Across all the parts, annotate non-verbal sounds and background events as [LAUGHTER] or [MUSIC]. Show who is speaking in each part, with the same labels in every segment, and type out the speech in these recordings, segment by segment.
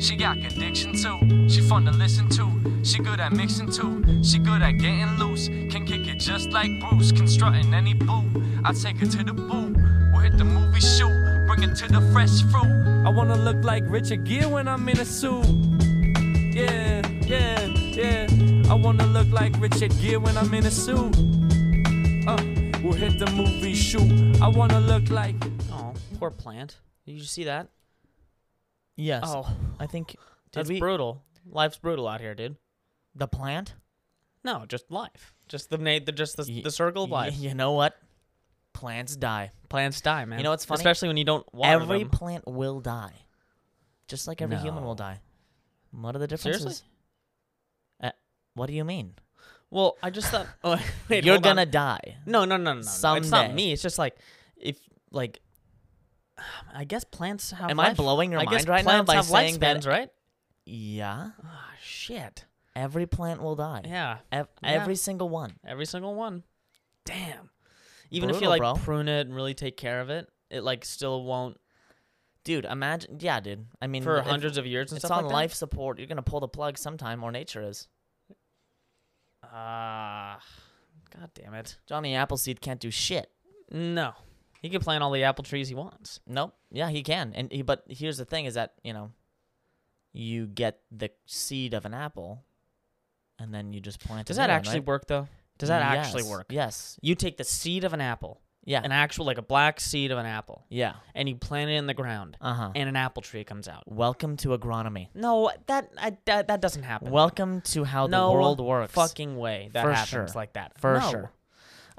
Speaker 1: She got conviction too. She fun to listen to. She good at mixing too. She good at getting loose. Can kick it just like Bruce. Constructing any boo. I take her to the boo. We'll hit the movie shoot. Bring it to the fresh fruit. I wanna look like Richard Gere when I'm in a suit. Yeah, yeah, yeah. I wanna look like Richard Gere when I'm in a suit. Uh, we'll hit the movie shoot. I wanna look like.
Speaker 2: Oh, poor plant. Did you see that?
Speaker 3: Yes.
Speaker 2: Oh,
Speaker 3: I think did
Speaker 2: that's
Speaker 3: we
Speaker 2: brutal. Life's brutal out here, dude.
Speaker 3: the plant?
Speaker 2: No, just life. Just the na- the just the,
Speaker 3: Ye-
Speaker 2: the circle of
Speaker 3: Y-
Speaker 2: life.
Speaker 3: you know what? Plants die.
Speaker 2: Plants die, man.
Speaker 3: You know what's funny?
Speaker 2: Especially when you don't water
Speaker 3: every
Speaker 2: them.
Speaker 3: plant will die. Just like every human
Speaker 2: No.
Speaker 3: will die. What are the
Speaker 2: Seriously?
Speaker 3: differences? Uh, what do you mean?
Speaker 2: Well, I just thought. [LAUGHS] Oh, wait,
Speaker 3: [LAUGHS] You're
Speaker 2: hold on.
Speaker 3: gonna die.
Speaker 2: No, no, no, no, no. It's not
Speaker 3: Someday.
Speaker 2: me. It's just like if like. I guess plants have.
Speaker 3: Am I
Speaker 2: life-
Speaker 3: blowing your
Speaker 2: I guess
Speaker 3: mind right now
Speaker 2: plants
Speaker 3: by
Speaker 2: have
Speaker 3: saying that-
Speaker 2: lifespans, right?
Speaker 3: Yeah.
Speaker 2: Ah, shit.
Speaker 3: Every plant will die.
Speaker 2: Yeah,
Speaker 3: Ev-
Speaker 2: Yeah.
Speaker 3: Every single one.
Speaker 2: every single one. Damn. Even if you
Speaker 3: Brutal,
Speaker 2: like
Speaker 3: bro.
Speaker 2: prune it and really take care of it, it like still won't
Speaker 3: Dude, imagine. Yeah, dude. I mean,
Speaker 2: for
Speaker 3: if-
Speaker 2: hundreds of years and
Speaker 3: It's
Speaker 2: stuff
Speaker 3: on
Speaker 2: like
Speaker 3: life support. You're gonna pull the plug sometime, or nature is.
Speaker 2: that. Ah, god damn it.
Speaker 3: Johnny Appleseed can't do shit.
Speaker 2: No, he can plant all the apple trees he wants.
Speaker 3: Nope. Yeah, he can. And he, but here's the thing: is that you know, you get the seed of an apple, and then you just plant.
Speaker 2: Does
Speaker 3: a new
Speaker 2: that
Speaker 3: one,
Speaker 2: actually
Speaker 3: right?
Speaker 2: work though? Does that actually
Speaker 3: Yes,
Speaker 2: work?
Speaker 3: Yes.
Speaker 2: You take the seed of an apple,
Speaker 3: Yeah.
Speaker 2: an actual like a black seed of an apple,
Speaker 3: yeah.
Speaker 2: and you plant it in the ground,
Speaker 3: Uh huh.
Speaker 2: and an apple tree comes out.
Speaker 3: Welcome to agronomy.
Speaker 2: No, that I, that that doesn't happen.
Speaker 3: Welcome to how
Speaker 2: no
Speaker 3: the world works.
Speaker 2: Fucking way that
Speaker 3: For
Speaker 2: happens
Speaker 3: sure.
Speaker 2: like that.
Speaker 3: for
Speaker 2: No.
Speaker 3: sure.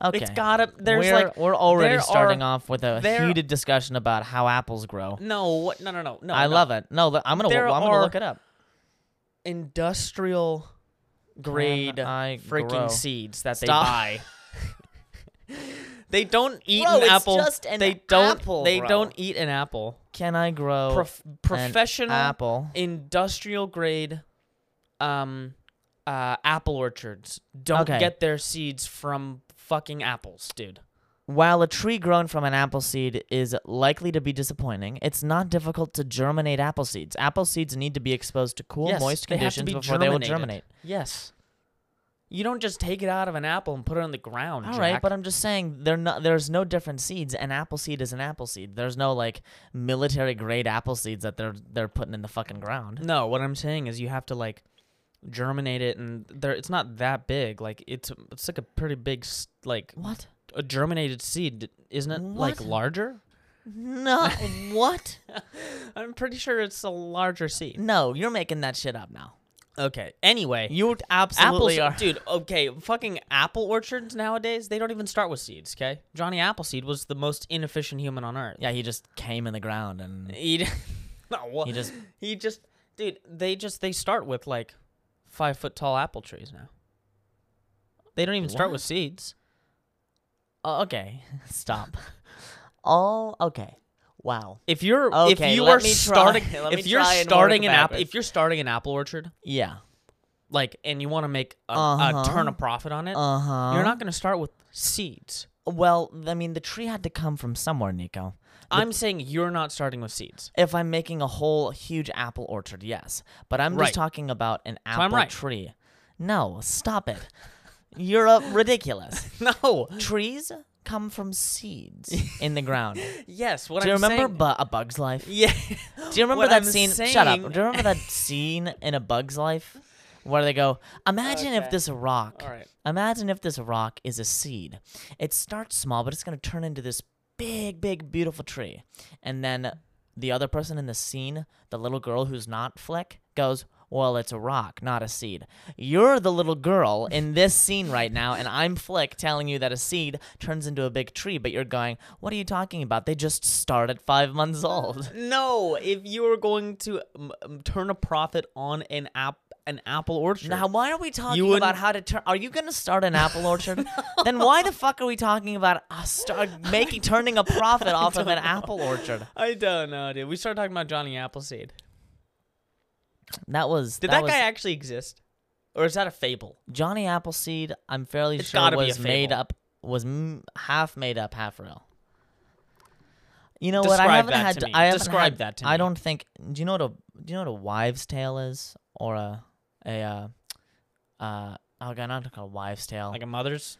Speaker 3: Okay.
Speaker 2: It's gotta. There's
Speaker 3: we're,
Speaker 2: like
Speaker 3: we're already
Speaker 2: there
Speaker 3: starting
Speaker 2: are-
Speaker 3: off with a
Speaker 2: there-
Speaker 3: heated discussion about how apples grow.
Speaker 2: no, what- no, no, no, no.
Speaker 3: I
Speaker 2: no.
Speaker 3: love it. No, th- I'm gonna
Speaker 2: There
Speaker 3: I'm gonna
Speaker 2: are
Speaker 3: look it up.
Speaker 2: industrial grade
Speaker 3: I
Speaker 2: freaking
Speaker 3: grow?
Speaker 2: seeds that
Speaker 3: Stop.
Speaker 2: [LAUGHS] they buy. they don't eat
Speaker 3: Bro,
Speaker 2: an
Speaker 3: it's
Speaker 2: apple.
Speaker 3: just an
Speaker 2: they don't.
Speaker 3: apple,
Speaker 2: they
Speaker 3: bro.
Speaker 2: don't eat an apple.
Speaker 3: Can I grow
Speaker 2: Prof- professional
Speaker 3: apple?
Speaker 2: industrial grade, um, uh, apple orchards don't
Speaker 3: Okay.
Speaker 2: get their seeds from fucking apples, dude.
Speaker 3: While a tree grown from an apple seed is likely to be disappointing, it's not difficult to germinate apple seeds. Apple seeds need to be exposed to cool,
Speaker 2: Yes,
Speaker 3: moist
Speaker 2: they have to
Speaker 3: conditions
Speaker 2: be
Speaker 3: before they will germinate.
Speaker 2: germinated. Yes. You don't just take it out of an apple and put it on the ground.
Speaker 3: All right,
Speaker 2: Jack.
Speaker 3: but I'm just saying they're not, there's no different seeds. An apple seed is an apple seed. There's no like military grade apple seeds that they're they're putting in the fucking ground.
Speaker 2: No, what I'm saying is you have to like germinate it, and there it's not that big. Like it's it's like a pretty big s- like
Speaker 3: What?
Speaker 2: a germinated seed, isn't it? Like
Speaker 3: What?
Speaker 2: larger?
Speaker 3: No. [LAUGHS] what?
Speaker 2: I'm pretty sure it's a larger seed.
Speaker 3: No, you're making that shit up now.
Speaker 2: Okay. Anyway,
Speaker 3: You
Speaker 2: apples,
Speaker 3: absolutely are.
Speaker 2: dude. Okay, fucking apple orchards nowadays they don't even start with seeds. Okay, Johnny Appleseed was the most inefficient human on earth.
Speaker 3: Yeah, he just came in the ground
Speaker 2: [LAUGHS]
Speaker 3: and
Speaker 2: He d- [LAUGHS] no, well,
Speaker 3: he just
Speaker 2: [LAUGHS] he just dude. They just they start with like five foot tall apple trees now. They don't even start with seeds.
Speaker 3: Oh, okay, [LAUGHS]
Speaker 2: [LAUGHS]
Speaker 3: stop. All okay. Wow.
Speaker 2: If you're
Speaker 3: Okay,
Speaker 2: if you
Speaker 3: let
Speaker 2: are
Speaker 3: me
Speaker 2: [LAUGHS]
Speaker 3: try-
Speaker 2: starting
Speaker 3: let
Speaker 2: if
Speaker 3: me
Speaker 2: you're
Speaker 3: try and work
Speaker 2: starting an apple
Speaker 3: backwards.
Speaker 2: if you're starting an apple orchard
Speaker 3: Yeah.
Speaker 2: like and you want to make a,
Speaker 3: Uh-huh.
Speaker 2: a turn a profit on it,
Speaker 3: Uh huh.
Speaker 2: you're not going to start with seeds.
Speaker 3: Well, I mean, the tree had to come from somewhere, Nico.
Speaker 2: I'm saying you're not starting with seeds.
Speaker 3: If I'm making a whole huge apple orchard, yes. But I'm
Speaker 2: Right.
Speaker 3: just talking about an
Speaker 2: I'm
Speaker 3: apple
Speaker 2: right.
Speaker 3: tree. No, stop it. You're uh, ridiculous.
Speaker 2: [LAUGHS] [LAUGHS] No.
Speaker 3: Trees come from
Speaker 2: [LAUGHS]
Speaker 3: seeds in the ground.
Speaker 2: Yes. What
Speaker 3: Do you
Speaker 2: I'm
Speaker 3: remember
Speaker 2: saying-
Speaker 3: Bu- A Bug's
Speaker 2: [GASPS] [LAUGHS]
Speaker 3: Life?
Speaker 2: yeah.
Speaker 3: Do you remember
Speaker 2: What I'm
Speaker 3: that scene? Shut up. Do
Speaker 2: saying-
Speaker 3: you remember that scene in A Bug's Life where they go, Imagine if
Speaker 2: Okay.
Speaker 3: this rock,
Speaker 2: All right.
Speaker 3: imagine if this rock is a seed. It starts small, but it's going to turn into this big, big, beautiful tree. And then the other person in the scene, the little girl who's not Fleck, goes, well, it's a rock, not a seed. You're the little girl in this scene right now, and I'm Flick telling you that a seed turns into a big tree, but you're going, What are you talking about? They just start at five months old.
Speaker 2: No. If you are going to um, um, turn a profit on an app an apple orchard,
Speaker 3: Now, why are we talking
Speaker 2: wouldn't-
Speaker 3: about how to turn? Are you going to start an apple [LAUGHS] orchard? Then why the fuck are we talking about uh, [LAUGHS] start making turning a profit off of an apple orchard?
Speaker 2: I don't know, dude. We started talking about Johnny Appleseed.
Speaker 3: That was
Speaker 2: Did that,
Speaker 3: was,
Speaker 2: guy actually exist, or is that a fable?
Speaker 3: Johnny Appleseed. I'm fairly
Speaker 2: It's
Speaker 3: sure
Speaker 2: gotta be a
Speaker 3: was made
Speaker 2: fable.
Speaker 3: up, was m- half made up, half real. You know what?
Speaker 2: Describe
Speaker 3: I haven't
Speaker 2: that
Speaker 3: had.
Speaker 2: to me.
Speaker 3: I haven't
Speaker 2: Describe
Speaker 3: had-
Speaker 2: that to
Speaker 3: I
Speaker 2: me.
Speaker 3: don't think. Do you know what? A, do do you know what a wives' tale is or a a uh, uh oh god not called wives' tale
Speaker 2: Like a mother's,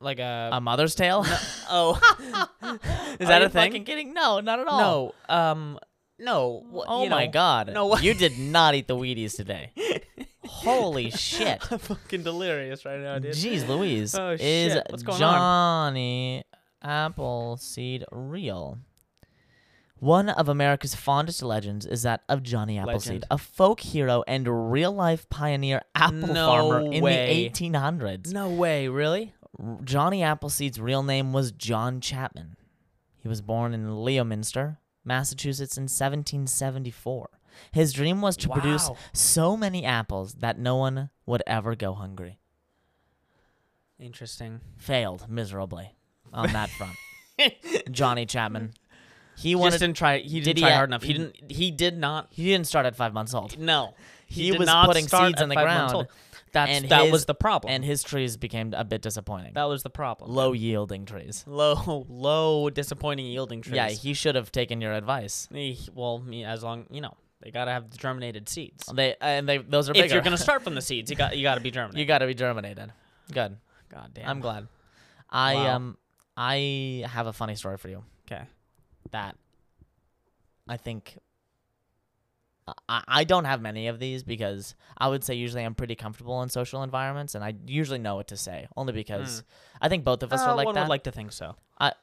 Speaker 2: like a.
Speaker 3: a mother's
Speaker 2: [LAUGHS]
Speaker 3: tale? [LAUGHS]
Speaker 2: oh.
Speaker 3: is
Speaker 2: Um, Are
Speaker 3: that
Speaker 2: you
Speaker 3: a thing?
Speaker 2: fucking
Speaker 3: kidding? No, not at
Speaker 2: no. Um. No. wha-
Speaker 3: Oh
Speaker 2: you
Speaker 3: my
Speaker 2: know,
Speaker 3: god.
Speaker 2: no, what-
Speaker 3: you did not eat the Wheaties today. [LAUGHS] Holy [LAUGHS] shit.
Speaker 2: I'm [LAUGHS] fucking delirious right now, dude.
Speaker 3: Jeez Louise.
Speaker 2: Oh,
Speaker 3: is
Speaker 2: shit. What's going on?
Speaker 3: Johnny Appleseed real? One of America's fondest legends is that of Johnny Appleseed,
Speaker 2: Legend.
Speaker 3: a folk hero and real life pioneer apple
Speaker 2: No
Speaker 3: farmer in
Speaker 2: way.
Speaker 3: the 1800s.
Speaker 2: No way. Really?
Speaker 3: R- Johnny Appleseed's real name was John Chapman. He was born in Leominster, Massachusetts in 1774. His dream was to produce
Speaker 2: Wow.
Speaker 3: so many apples that no one would ever go hungry.
Speaker 2: Interesting.
Speaker 3: Failed miserably
Speaker 2: [LAUGHS]
Speaker 3: on that front. Johnny Chapman. He wanted
Speaker 2: just didn't try. He didn't
Speaker 3: did he
Speaker 2: try
Speaker 3: a-
Speaker 2: hard enough. He
Speaker 3: he-
Speaker 2: didn't. He did not.
Speaker 3: he didn't start at 5 months old.
Speaker 2: No.
Speaker 3: [LAUGHS] He
Speaker 2: did
Speaker 3: was
Speaker 2: not
Speaker 3: putting
Speaker 2: start
Speaker 3: seeds
Speaker 2: at
Speaker 3: in the
Speaker 2: five months
Speaker 3: ground,
Speaker 2: old. That's
Speaker 3: and
Speaker 2: that
Speaker 3: his-
Speaker 2: was the problem.
Speaker 3: And his trees became a bit disappointing.
Speaker 2: that was the problem.
Speaker 3: Low yielding trees. [LAUGHS]
Speaker 2: low, low, disappointing yielding trees.
Speaker 3: Yeah, he should have taken your advice.
Speaker 2: Eh, well, me as long you know they gotta have germinated seeds.
Speaker 3: They and they those are bigger.
Speaker 2: If you're
Speaker 3: [LAUGHS]
Speaker 2: gonna start from the seeds, you got you gotta be
Speaker 3: you
Speaker 2: germinated.
Speaker 3: got to be germinated. Good.
Speaker 2: God damn.
Speaker 3: I'm glad. I
Speaker 2: Wow.
Speaker 3: um I have a funny story for you
Speaker 2: Okay.
Speaker 3: that I think I- I, I don't have many of these because I would say usually I'm pretty comfortable in social environments and I usually know what to say only because I think both of us
Speaker 2: Uh,
Speaker 3: are like
Speaker 2: one
Speaker 3: that.
Speaker 2: would like to think so.
Speaker 3: I-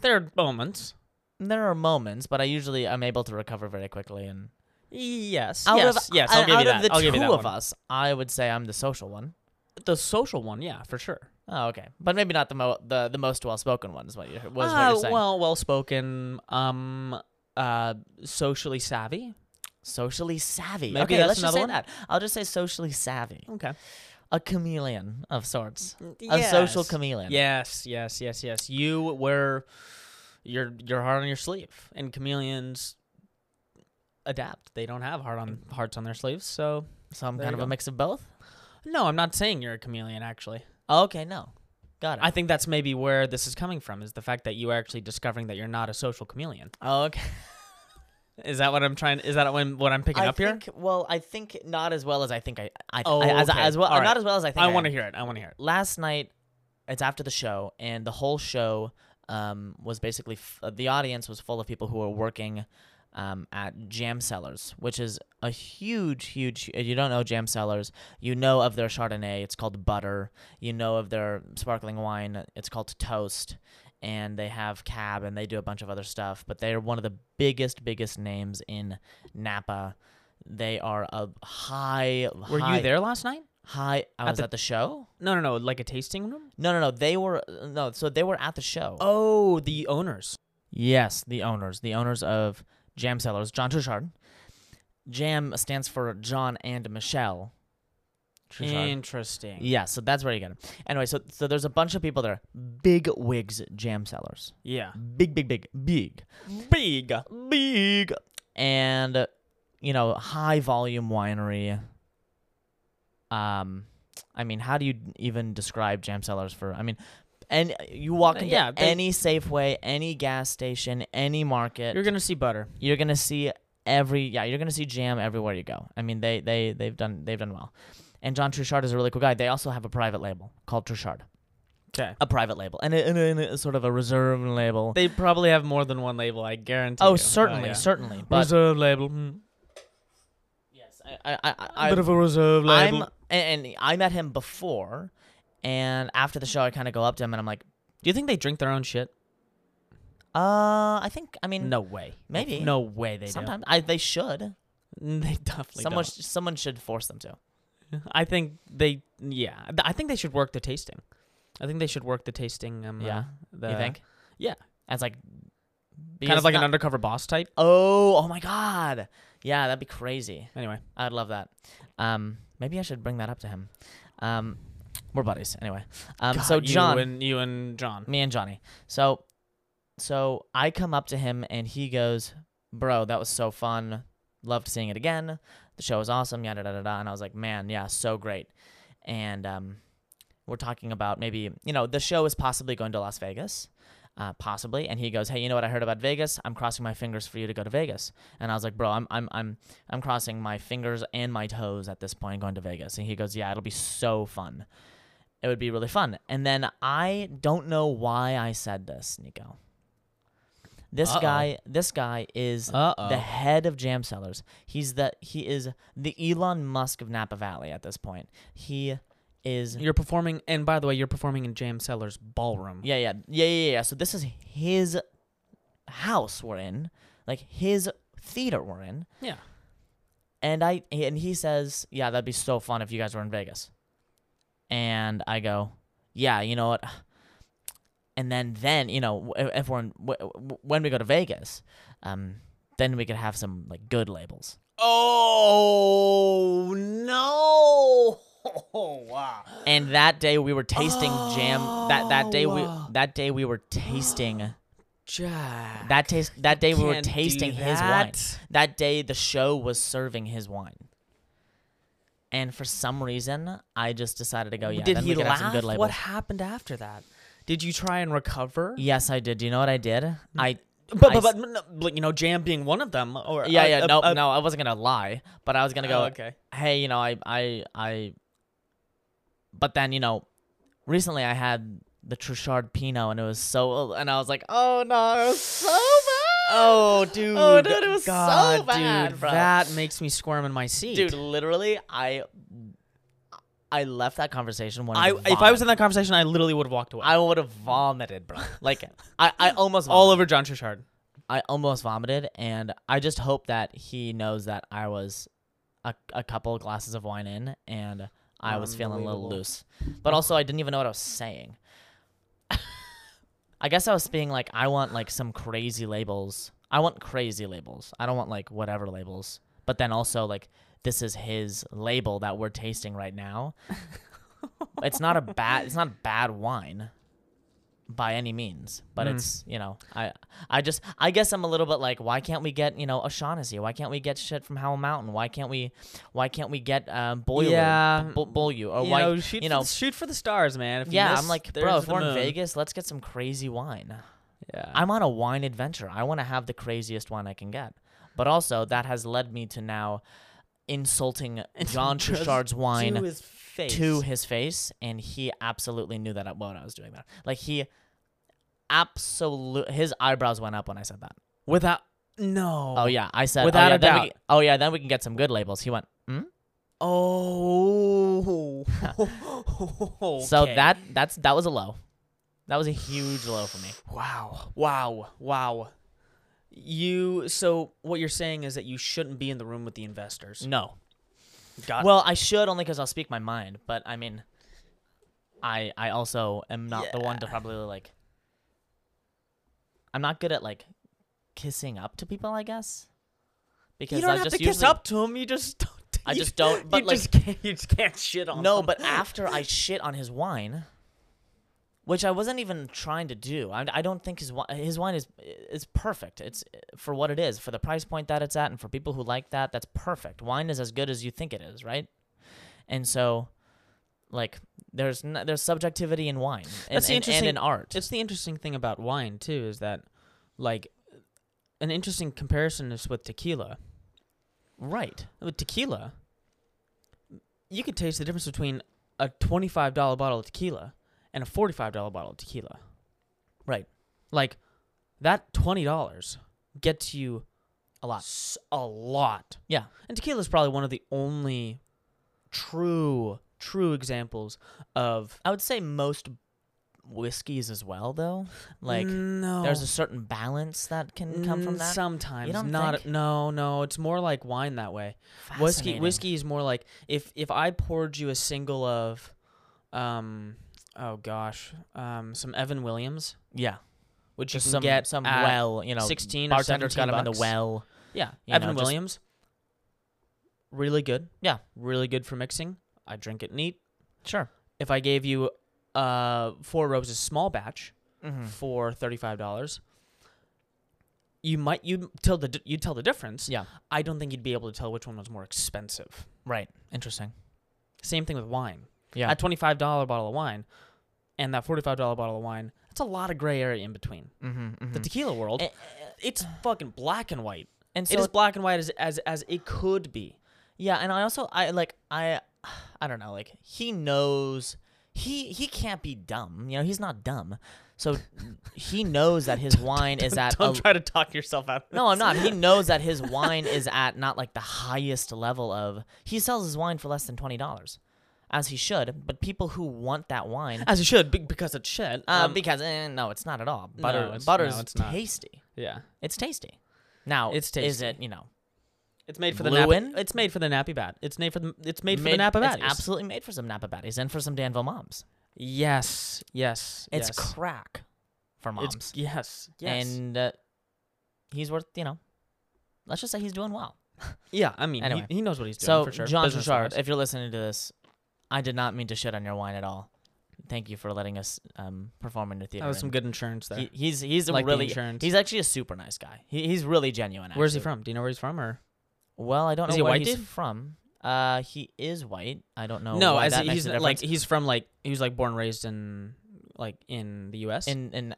Speaker 2: there are moments.
Speaker 3: there are moments, but I usually I'm able to recover very quickly and
Speaker 2: Yes.
Speaker 3: out
Speaker 2: yes.
Speaker 3: of,
Speaker 2: yes.
Speaker 3: and
Speaker 2: I'll give
Speaker 3: out
Speaker 2: you that.
Speaker 3: of the
Speaker 2: I'll
Speaker 3: two
Speaker 2: give you that
Speaker 3: of
Speaker 2: one.
Speaker 3: us, I would say I'm the social one.
Speaker 2: The social one, yeah, for sure.
Speaker 3: Oh, okay, but maybe not the mo- the the most well spoken one is what you was what
Speaker 2: Uh,
Speaker 3: you're saying.
Speaker 2: well, well spoken. Um, uh, socially savvy.
Speaker 3: Socially savvy.
Speaker 2: Maybe
Speaker 3: okay,
Speaker 2: that's
Speaker 3: let's just
Speaker 2: another
Speaker 3: say
Speaker 2: one?
Speaker 3: that. I'll just say socially savvy.
Speaker 2: Okay.
Speaker 3: A chameleon of sorts.
Speaker 2: Mm, Yes.
Speaker 3: A social chameleon.
Speaker 2: Yes, yes, yes, yes. You were your your heart on your sleeve, and chameleons adapt. They don't have heart on hearts on their sleeves. So
Speaker 3: So I'm
Speaker 2: There
Speaker 3: kind
Speaker 2: you
Speaker 3: of
Speaker 2: go.
Speaker 3: a mix of both.
Speaker 2: no, I'm not saying you're a chameleon. Actually,
Speaker 3: Okay, no. Got it.
Speaker 2: I think that's maybe where this is coming from is the fact that you are actually discovering that you're not a social chameleon.
Speaker 3: okay.
Speaker 2: [LAUGHS] Is that what I'm trying? Is that what I'm, what I'm picking
Speaker 3: I
Speaker 2: up here?
Speaker 3: think, well, I think not as well as I think I. I
Speaker 2: Oh,
Speaker 3: I, as,
Speaker 2: okay.
Speaker 3: as well,
Speaker 2: All right.
Speaker 3: not as well as I think.
Speaker 2: I
Speaker 3: am.
Speaker 2: want to hear it. I want to hear it.
Speaker 3: Last night, it's after the show, and the whole show um, was basically f- uh, the audience was full of people who were working um, at Jam Cellars, which is a huge, huge. If you don't know Jam Cellars, you know of their Chardonnay. It's called Butter. You know of their sparkling wine. It's called Toast. And they have Cab, and they do a bunch of other stuff. But they are one of the biggest, biggest names in Napa. They are a high.
Speaker 2: Were
Speaker 3: high,
Speaker 2: you there last night?
Speaker 3: High. I
Speaker 2: at
Speaker 3: was
Speaker 2: the-
Speaker 3: at the show.
Speaker 2: No, no, no. Like a tasting room.
Speaker 3: No, no, no. They were no. So they were at the show.
Speaker 2: Oh, the owners.
Speaker 3: Yes, the owners, the owners of Jam Cellars, John Touchard. Jam stands for John and Michelle. Touchard.
Speaker 2: Interesting.
Speaker 3: Yeah, so that's where you get them. Anyway, so so there's a bunch of people there. Big wigs, Jam Cellars.
Speaker 2: Yeah.
Speaker 3: Big, big, big, big,
Speaker 2: Big.
Speaker 3: big, and uh, you know, high volume winery. Um, I mean, how do you even describe Jam Cellars for? I mean. And you walk
Speaker 2: Uh,
Speaker 3: into
Speaker 2: yeah, they-
Speaker 3: any Safeway, any gas station, any market
Speaker 2: You're gonna see butter.
Speaker 3: you're gonna see every yeah you're gonna see jam everywhere you go i mean they they they've done they've done well and john Truchard is a really cool guy they also have a private label called Truchard.
Speaker 2: Okay.
Speaker 3: a private label and a, and a, and a sort of a reserve label
Speaker 2: They probably have more than one label, I guarantee.
Speaker 3: oh
Speaker 2: you.
Speaker 3: certainly
Speaker 2: yeah.
Speaker 3: certainly but
Speaker 2: reserve label. Mm.
Speaker 3: yes, I, I, I, I,
Speaker 2: Bit of a reserve label.
Speaker 3: i'm and, and i met him before and after the show i kind of go up to him and i'm like
Speaker 2: Do you think they drink their own shit?
Speaker 3: uh i think i mean
Speaker 2: No way.
Speaker 3: Maybe.
Speaker 2: No way they
Speaker 3: sometimes i they should
Speaker 2: do. Mm, [LAUGHS] They definitely
Speaker 3: someone sh- someone should force them to
Speaker 2: don't. I think they. Yeah. Th- I think they should work the tasting. I think they should work the tasting. Um,
Speaker 3: Yeah?
Speaker 2: uh, the,
Speaker 3: you think
Speaker 2: yeah.
Speaker 3: that's like
Speaker 2: Kind
Speaker 3: because
Speaker 2: of like an
Speaker 3: not-
Speaker 2: undercover boss type.
Speaker 3: Oh, oh my God. Yeah, that'd be crazy.
Speaker 2: Anyway.
Speaker 3: I'd love that. Um, maybe I should bring that up to him. Um, we're buddies anyway. Um, so
Speaker 2: God, you
Speaker 3: John,
Speaker 2: and you and John.
Speaker 3: me and Johnny. So, so I come up to him and he goes, "Bro, that was so fun. Loved seeing it again. The show was awesome. Yada yada yada." And I was like, "Man, yeah, so great." And um, we're talking about maybe you know the show is possibly going to Las Vegas. uh, possibly. And he goes, "Hey, you know what I heard about Vegas? I'm crossing my fingers for you to go to Vegas." And I was like, "Bro, I'm I'm I'm I'm crossing my fingers and my toes at this point going to Vegas." And he goes, "Yeah, it'll be so fun. It would be really fun." And then I don't know why I said this, Nico. This
Speaker 2: Uh-oh.
Speaker 3: guy, this guy is
Speaker 2: Uh-oh.
Speaker 3: the head of jam sellers. He's the he is the Elon Musk of Napa Valley at this point. He is
Speaker 2: You're performing, and by the way, you're performing in Jam Sellers Ballroom.
Speaker 3: Yeah, yeah, yeah, yeah, yeah. So this is his house we're in, like his theater we're in,
Speaker 2: Yeah.
Speaker 3: and I and he says, "Yeah, that'd be so fun if you guys were in Vegas." And I go, "Yeah, you know what?" And then, then you know, w- if we're in, w- w- when we go to Vegas, um, then we could have some like good labels.
Speaker 2: Oh no! [LAUGHS] Oh wow!
Speaker 3: And that day we were tasting jam. That that day we
Speaker 2: Oh.
Speaker 3: that day we were tasting.
Speaker 2: Jack.
Speaker 3: That taste that day we were
Speaker 2: can't do
Speaker 3: tasting his wine.
Speaker 2: that.
Speaker 3: That day the show was serving his wine. And for some reason, I just decided to go. Yeah,
Speaker 2: did
Speaker 3: then
Speaker 2: he
Speaker 3: we could
Speaker 2: laugh?
Speaker 3: have some good labels.
Speaker 2: what happened after that? Did you try and recover?
Speaker 3: yes, I did. Do you know what I
Speaker 2: Mm.
Speaker 3: did? I
Speaker 2: But,
Speaker 3: I
Speaker 2: but, but, no, but, you know, Jam being one of them, or
Speaker 3: yeah
Speaker 2: uh,
Speaker 3: yeah
Speaker 2: uh,
Speaker 3: no
Speaker 2: uh,
Speaker 3: no I wasn't gonna lie, but I was gonna
Speaker 2: oh,
Speaker 3: go.
Speaker 2: okay.
Speaker 3: Hey, you know I I I. But then you know, recently I had the Truchard Pinot and it was so and I was like, oh no, it was so
Speaker 2: [LAUGHS]
Speaker 3: bad.
Speaker 2: Oh, dude!
Speaker 3: Oh, dude, it was so
Speaker 2: God,
Speaker 3: bad,
Speaker 2: dude,
Speaker 3: bro.
Speaker 2: That makes me squirm in my seat,
Speaker 3: dude literally i i left that conversation when
Speaker 2: I, if I was in that conversation, Oh I literally would have walked away.
Speaker 3: i would have
Speaker 2: [LAUGHS]
Speaker 3: vomited bro like i i almost
Speaker 2: all
Speaker 3: vomited.
Speaker 2: over John Trichard.
Speaker 3: i almost vomited and i just hope that he knows that i was a, a couple glasses of wine in and i was feeling a little
Speaker 2: Unbelievable.
Speaker 3: loose but also i didn't even know what i was saying [LAUGHS] i guess i was being like i want like some crazy labels i want crazy labels i don't want like whatever labels but then also like this is his label that we're tasting right now it's not a bad it's not bad wine by any means but
Speaker 2: Mm.
Speaker 3: it's you know i i just i guess i'm a little bit like why can't we get you know a shaughnessy why can't we get shit from howell mountain why can't we why can't we get um boiler
Speaker 2: Yeah.
Speaker 3: bu- bu- you or
Speaker 2: you
Speaker 3: why
Speaker 2: know, shoot,
Speaker 3: you
Speaker 2: for
Speaker 3: know
Speaker 2: the, shoot for the stars, man. If you
Speaker 3: yeah i'm
Speaker 2: miss,
Speaker 3: like bro
Speaker 2: there's
Speaker 3: if
Speaker 2: the
Speaker 3: we're in
Speaker 2: moon.
Speaker 3: vegas let's get some crazy wine
Speaker 2: yeah.
Speaker 3: i'm on a wine adventure i want to have the craziest wine i can get but also that has led me to now insulting
Speaker 2: [LAUGHS]
Speaker 3: john
Speaker 2: Just
Speaker 3: Trichard's wine
Speaker 2: to his face.
Speaker 3: to his face, and he absolutely knew that what I was doing there. Like he, absolute, his eyebrows went up when I said that.
Speaker 2: without no.
Speaker 3: Oh yeah, I said oh,
Speaker 2: Without
Speaker 3: yeah,
Speaker 2: a
Speaker 3: then we
Speaker 2: doubt.
Speaker 3: can- oh yeah, then we can get some good labels. He went. Hmm?
Speaker 2: Oh. [LAUGHS]
Speaker 3: So
Speaker 2: Okay.
Speaker 3: that that's that was a low. That was a huge low for me.
Speaker 2: wow wow wow. You so what you're saying is that you shouldn't be in the room with the investors.
Speaker 3: No.
Speaker 2: Got
Speaker 3: Well, I should only because I'll speak my mind. But I mean, I I also am not the one to probably like. I'm not good at like kissing up to people. I guess. Because
Speaker 2: you don't
Speaker 3: I
Speaker 2: have
Speaker 3: just
Speaker 2: to kiss
Speaker 3: usually-
Speaker 2: up to him. You just [LAUGHS] don't.
Speaker 3: I
Speaker 2: you-
Speaker 3: just don't- but,
Speaker 2: you
Speaker 3: like-
Speaker 2: just can't, you just can't shit on.
Speaker 3: No,
Speaker 2: them.
Speaker 3: [LAUGHS] but after I shit on his wine, which I wasn't even trying to do. I, I don't think his wine his wine is is perfect. It's for what it is, for the price point that it's at, and for people who like that, that's perfect. Wine is as good as you think it is, right? And so, like, there's n- there's subjectivity in wine, and,
Speaker 2: That's the
Speaker 3: and-
Speaker 2: interesting-
Speaker 3: and in art.
Speaker 2: It's the interesting thing about wine too is that, like, an interesting comparison is with tequila.
Speaker 3: right.
Speaker 2: With tequila, you could taste the difference between a twenty-five dollar bottle of tequila and a forty-five dollar bottle of tequila.
Speaker 3: Right.
Speaker 2: Like, that twenty dollars gets you
Speaker 3: A lot.
Speaker 2: s- a lot.
Speaker 3: Yeah.
Speaker 2: And tequila is probably one of the only true, true examples of
Speaker 3: I would say most whiskeys as well, though. Like,
Speaker 2: no.
Speaker 3: there's a certain balance that can come from
Speaker 2: Mm,
Speaker 3: that.
Speaker 2: Sometimes,
Speaker 3: don't
Speaker 2: not
Speaker 3: think?
Speaker 2: no, no. It's more like wine that way. Whiskey,
Speaker 3: Fascinating.
Speaker 2: whiskey is more like if if I poured you a single of, um, oh gosh, um, some Evan Williams,
Speaker 3: Yeah.
Speaker 2: which
Speaker 3: just
Speaker 2: you can
Speaker 3: some
Speaker 2: get
Speaker 3: some
Speaker 2: at-
Speaker 3: well, you know,
Speaker 2: 16 or
Speaker 3: bartender's got
Speaker 2: 17
Speaker 3: them in the
Speaker 2: bucks.
Speaker 3: well.
Speaker 2: Yeah,
Speaker 3: you
Speaker 2: Evan
Speaker 3: know, just-
Speaker 2: Williams. Really good.
Speaker 3: Yeah.
Speaker 2: really good for mixing. I drink it neat.
Speaker 3: Sure.
Speaker 2: If I gave you, uh, Four Roses small batch
Speaker 3: Mm-hmm.
Speaker 2: for thirty five dollars. You might you tell the you tell the difference.
Speaker 3: Yeah.
Speaker 2: I don't think you'd be able to tell which one was more expensive.
Speaker 3: Right. Interesting.
Speaker 2: Same thing with wine.
Speaker 3: Yeah.
Speaker 2: That twenty five dollar bottle of wine and that forty five dollar bottle of wine, It's a lot of gray area in between.
Speaker 3: Mm-hmm,
Speaker 2: The tequila world,
Speaker 3: And,
Speaker 2: it's fucking black Eh, and white.
Speaker 3: and
Speaker 2: it
Speaker 3: so
Speaker 2: is black and white as as as it could be.
Speaker 3: yeah, and I also I like I I don't know like he knows he he can't be dumb. You know he's not dumb, so he knows that his wine is
Speaker 2: [LAUGHS] [LAUGHS]
Speaker 3: at
Speaker 2: Don't
Speaker 3: a,
Speaker 2: try to talk yourself out. of
Speaker 3: No, I'm
Speaker 2: this.
Speaker 3: not. He knows
Speaker 2: [LAUGHS]
Speaker 3: that his wine is at not like the highest level of. He sells his wine for less than twenty dollars, as he should. But people who want that wine,
Speaker 2: As you should, be- because it's shit.
Speaker 3: uh,
Speaker 2: Uh, Um,
Speaker 3: because eh, no, it's not at all. Butter,
Speaker 2: it's-
Speaker 3: butter's
Speaker 2: no, it's not.
Speaker 3: tasty.
Speaker 2: yeah,
Speaker 3: It's tasty. Now,
Speaker 2: It's
Speaker 3: Is
Speaker 2: tasty.
Speaker 3: it you know
Speaker 2: it's made for the nappy.
Speaker 3: Bluein?
Speaker 2: It's made for the nappy bat. It's made for the. It's made, for
Speaker 3: made-
Speaker 2: the nappy
Speaker 3: It's
Speaker 2: bat.
Speaker 3: absolutely made for some Napa baddies and for some Danville moms.
Speaker 2: Yes, yes,
Speaker 3: It's
Speaker 2: yes.
Speaker 3: crack for moms.
Speaker 2: It's yes, yes.
Speaker 3: And uh, he's worth you know. Let's just say he's doing well.
Speaker 2: yeah, I mean,
Speaker 3: Anyway.
Speaker 2: he, he knows what he's doing
Speaker 3: So,
Speaker 2: for sure.
Speaker 3: John
Speaker 2: business
Speaker 3: Bouchard,
Speaker 2: wise.
Speaker 3: if you're listening to this, I did not mean to shit on your wine at all. Thank you for letting us um, perform in your theater.
Speaker 2: that was some
Speaker 3: and
Speaker 2: good insurance there.
Speaker 3: he- he's he's a
Speaker 2: Like the
Speaker 3: really
Speaker 2: insurance.
Speaker 3: he's actually a super nice guy. He, he's really genuine.
Speaker 2: Where's he
Speaker 3: actually.
Speaker 2: from? Do you know where he's from? Or
Speaker 3: Well, I don't
Speaker 2: Is
Speaker 3: know
Speaker 2: he a
Speaker 3: where
Speaker 2: white
Speaker 3: he's
Speaker 2: dude?
Speaker 3: from. Uh, he is white. I don't know.
Speaker 2: no,
Speaker 3: why
Speaker 2: as
Speaker 3: that
Speaker 2: in
Speaker 3: makes
Speaker 2: he's
Speaker 3: a
Speaker 2: like
Speaker 3: difference.
Speaker 2: he's from like he was like born raised in like in the U.S.
Speaker 3: in in.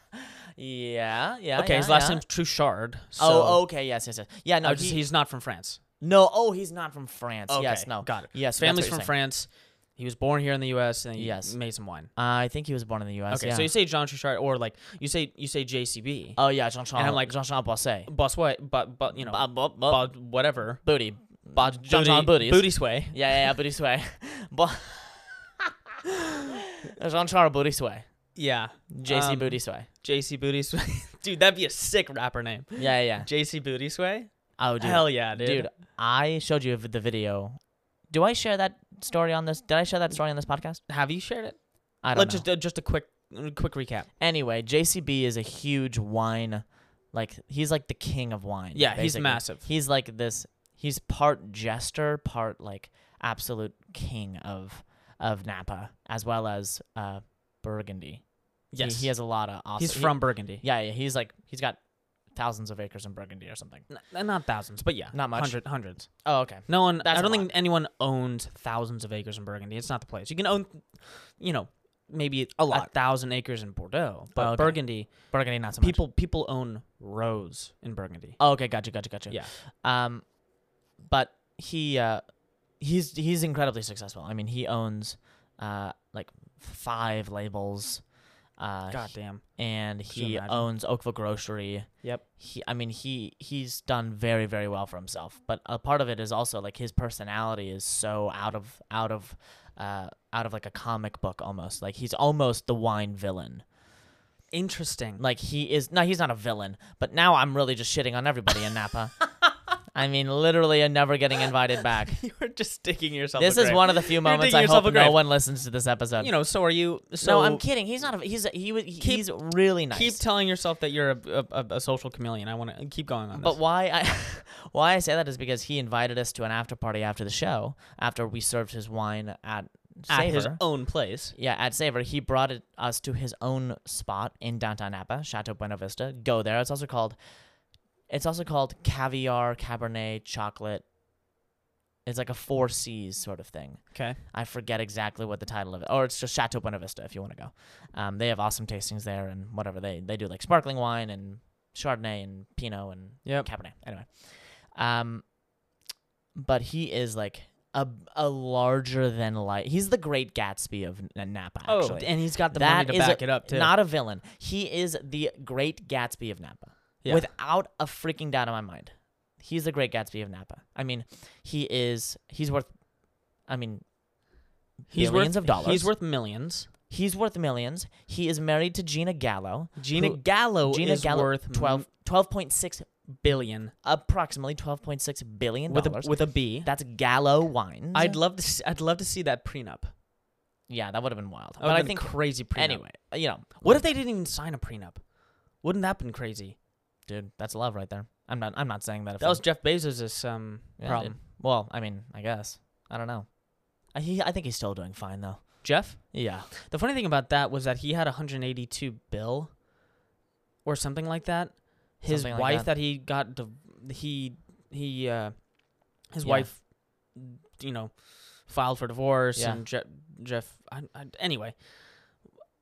Speaker 3: [LAUGHS] yeah, yeah.
Speaker 2: okay,
Speaker 3: yeah,
Speaker 2: his last
Speaker 3: yeah.
Speaker 2: name's Trouchard. So
Speaker 3: Oh, okay. Yes, yes, yes. Yeah, no,
Speaker 2: I was just-
Speaker 3: he-
Speaker 2: he's not from France.
Speaker 3: no. Oh, he's not from France. Yes,
Speaker 2: Okay,
Speaker 3: no.
Speaker 2: got it.
Speaker 3: Yes,
Speaker 2: His
Speaker 3: that's
Speaker 2: family's
Speaker 3: what
Speaker 2: from
Speaker 3: you're saying.
Speaker 2: France. He was born here in the U.S. and then he
Speaker 3: Yes.
Speaker 2: made some wine.
Speaker 3: Uh, I think he was born in the U.S.
Speaker 2: Okay,
Speaker 3: yeah.
Speaker 2: so you say John Trouchard, or like you say you say JCB,
Speaker 3: Oh yeah, Jean Jean.
Speaker 2: And I'm like-
Speaker 3: Jean Jean Boisset.
Speaker 2: boss what, but but you know,
Speaker 3: Bob, Bob, Bob,
Speaker 2: bod- whatever,
Speaker 3: booty.
Speaker 2: bod,
Speaker 3: John John
Speaker 2: booty,
Speaker 3: Booties.
Speaker 2: booty sway.
Speaker 3: Yeah, yeah, yeah,
Speaker 2: [LAUGHS]
Speaker 3: booty sway. Bo- [LAUGHS] Jean Charles booty sway.
Speaker 2: Yeah,
Speaker 3: JC
Speaker 2: Um,
Speaker 3: booty sway.
Speaker 2: JC Booty Sway. [LAUGHS] dude, that'd be a sick rapper name.
Speaker 3: Yeah, yeah. yeah.
Speaker 2: JC Booty Sway?
Speaker 3: Oh, dude.
Speaker 2: Hell yeah, dude.
Speaker 3: dude, I showed you the video. Do I share that story on this? Did I share that story on this podcast?
Speaker 2: Have you shared it?
Speaker 3: I don't
Speaker 2: Let's
Speaker 3: know.
Speaker 2: just uh, just a quick uh, quick recap.
Speaker 3: anyway, JCB is a huge wine. Like he's like the king of wine.
Speaker 2: Yeah, he's
Speaker 3: basically.
Speaker 2: massive.
Speaker 3: He's like this. He's part jester, part like absolute king of of Napa, as well as uh, Burgundy. He-
Speaker 2: Yes,
Speaker 3: he, has a lot of awesome.
Speaker 2: he's
Speaker 3: he-
Speaker 2: from Burgundy.
Speaker 3: yeah, yeah, he's like he's got thousands of acres in Burgundy or something.
Speaker 2: N- not thousands, but yeah,
Speaker 3: Not much.
Speaker 2: hundred- hundreds.
Speaker 3: Oh, okay.
Speaker 2: No one.
Speaker 3: That's
Speaker 2: I
Speaker 3: a
Speaker 2: don't
Speaker 3: lot.
Speaker 2: think anyone owns thousands of acres in Burgundy. It's not the place. You can own, you know, maybe a,
Speaker 3: lot.
Speaker 2: thousand acres in Bordeaux, but
Speaker 3: okay.
Speaker 2: Burgundy
Speaker 3: Burgundy, not so much.
Speaker 2: people people own rows in Burgundy.
Speaker 3: Oh, okay, gotcha, gotcha, gotcha.
Speaker 2: Yeah,
Speaker 3: Um, but he uh, he's he's incredibly successful. I mean, he owns uh like five labels. Uh,
Speaker 2: God damn.
Speaker 3: and
Speaker 2: you
Speaker 3: he
Speaker 2: imagine?
Speaker 3: owns Oakville Grocery.
Speaker 2: Yep.
Speaker 3: He, I mean, he he's done very very well for himself. But a part of it is also like his personality is so out of out of uh out of like a comic book almost. Like he's almost the wine villain.
Speaker 2: Interesting.
Speaker 3: Like he is. No, he's not a villain. But now I'm really just shitting on everybody in Napa.
Speaker 2: [LAUGHS]
Speaker 3: I mean, literally, and never getting invited back.
Speaker 2: [LAUGHS] you are just digging yourself.
Speaker 3: This
Speaker 2: a
Speaker 3: is
Speaker 2: grave.
Speaker 3: one of the few moments
Speaker 2: digging
Speaker 3: I
Speaker 2: yourself
Speaker 3: hope
Speaker 2: a grave.
Speaker 3: no one listens to this episode.
Speaker 2: You know, so are you. So
Speaker 3: no, I'm kidding. He's not. A, he's a, he, was- he
Speaker 2: Keep-
Speaker 3: he's really nice.
Speaker 2: Keep telling yourself that you're a, a, a, a social chameleon. I want to keep going on.
Speaker 3: But
Speaker 2: this.
Speaker 3: why I [LAUGHS] why I say that is because he invited us to an after party after the show after we served his wine at Savor.
Speaker 2: at his own place.
Speaker 3: yeah, at Savor, he brought it, us to his own spot in downtown Napa, Chateau Buena Vista. Go there. It's also called it's also called caviar, cabernet, chocolate. It's like a four C's sort of thing.
Speaker 2: Okay.
Speaker 3: I forget exactly what the title of it, or it's just Chateau Buena Vista if you want to go. Um, they have awesome tastings there and whatever they they do, like sparkling wine and Chardonnay and Pinot and
Speaker 2: Yep.
Speaker 3: Cabernet. Anyway, um, but he is like a a larger than life. He's the Great Gatsby of N- uh, Napa.
Speaker 2: Oh,
Speaker 3: Actually,
Speaker 2: and he's got the
Speaker 3: That
Speaker 2: money to
Speaker 3: is
Speaker 2: back
Speaker 3: a-
Speaker 2: it up too.
Speaker 3: not a villain. He is the Great Gatsby of Napa,
Speaker 2: Yeah.
Speaker 3: without a freaking doubt in my mind. He's the Great Gatsby of Napa. I mean, he is. He's worth. I mean,
Speaker 2: he's
Speaker 3: billions
Speaker 2: worth,
Speaker 3: of dollars.
Speaker 2: He's worth millions.
Speaker 3: He's worth millions. He is married to Gina Gallo.
Speaker 2: Gina
Speaker 3: who-
Speaker 2: Gallo
Speaker 3: Gina
Speaker 2: is
Speaker 3: Gallo
Speaker 2: worth m-
Speaker 3: 12, 12.6
Speaker 2: billion
Speaker 3: approximately 12.6 billion
Speaker 2: with
Speaker 3: dollars.
Speaker 2: a with a B.
Speaker 3: That's Gallo wines.
Speaker 2: I'd love to. See, I'd love to see that prenup.
Speaker 3: yeah, that would have been wild.
Speaker 2: That
Speaker 3: But
Speaker 2: would've
Speaker 3: I
Speaker 2: been
Speaker 3: think
Speaker 2: a crazy prenup.
Speaker 3: anyway, you know,
Speaker 2: what if they didn't even sign a prenup? Wouldn't that have been crazy?
Speaker 3: dude, that's love right there. I'm not I'm not saying that if
Speaker 2: That was
Speaker 3: I'm-
Speaker 2: Jeff Bezos' um,
Speaker 3: yeah,
Speaker 2: problem.
Speaker 3: dude. Well, I mean, I guess. I don't know. I, he, I think he's still doing fine though.
Speaker 2: Jeff.
Speaker 3: Yeah.
Speaker 2: The funny thing about that was that he had a 182 bill or something like that. His
Speaker 3: Something like
Speaker 2: wife
Speaker 3: that.
Speaker 2: that. he got div- he he uh his
Speaker 3: Yeah.
Speaker 2: wife you know filed for divorce
Speaker 3: Yeah.
Speaker 2: and Jeff Jeff I, I, anyway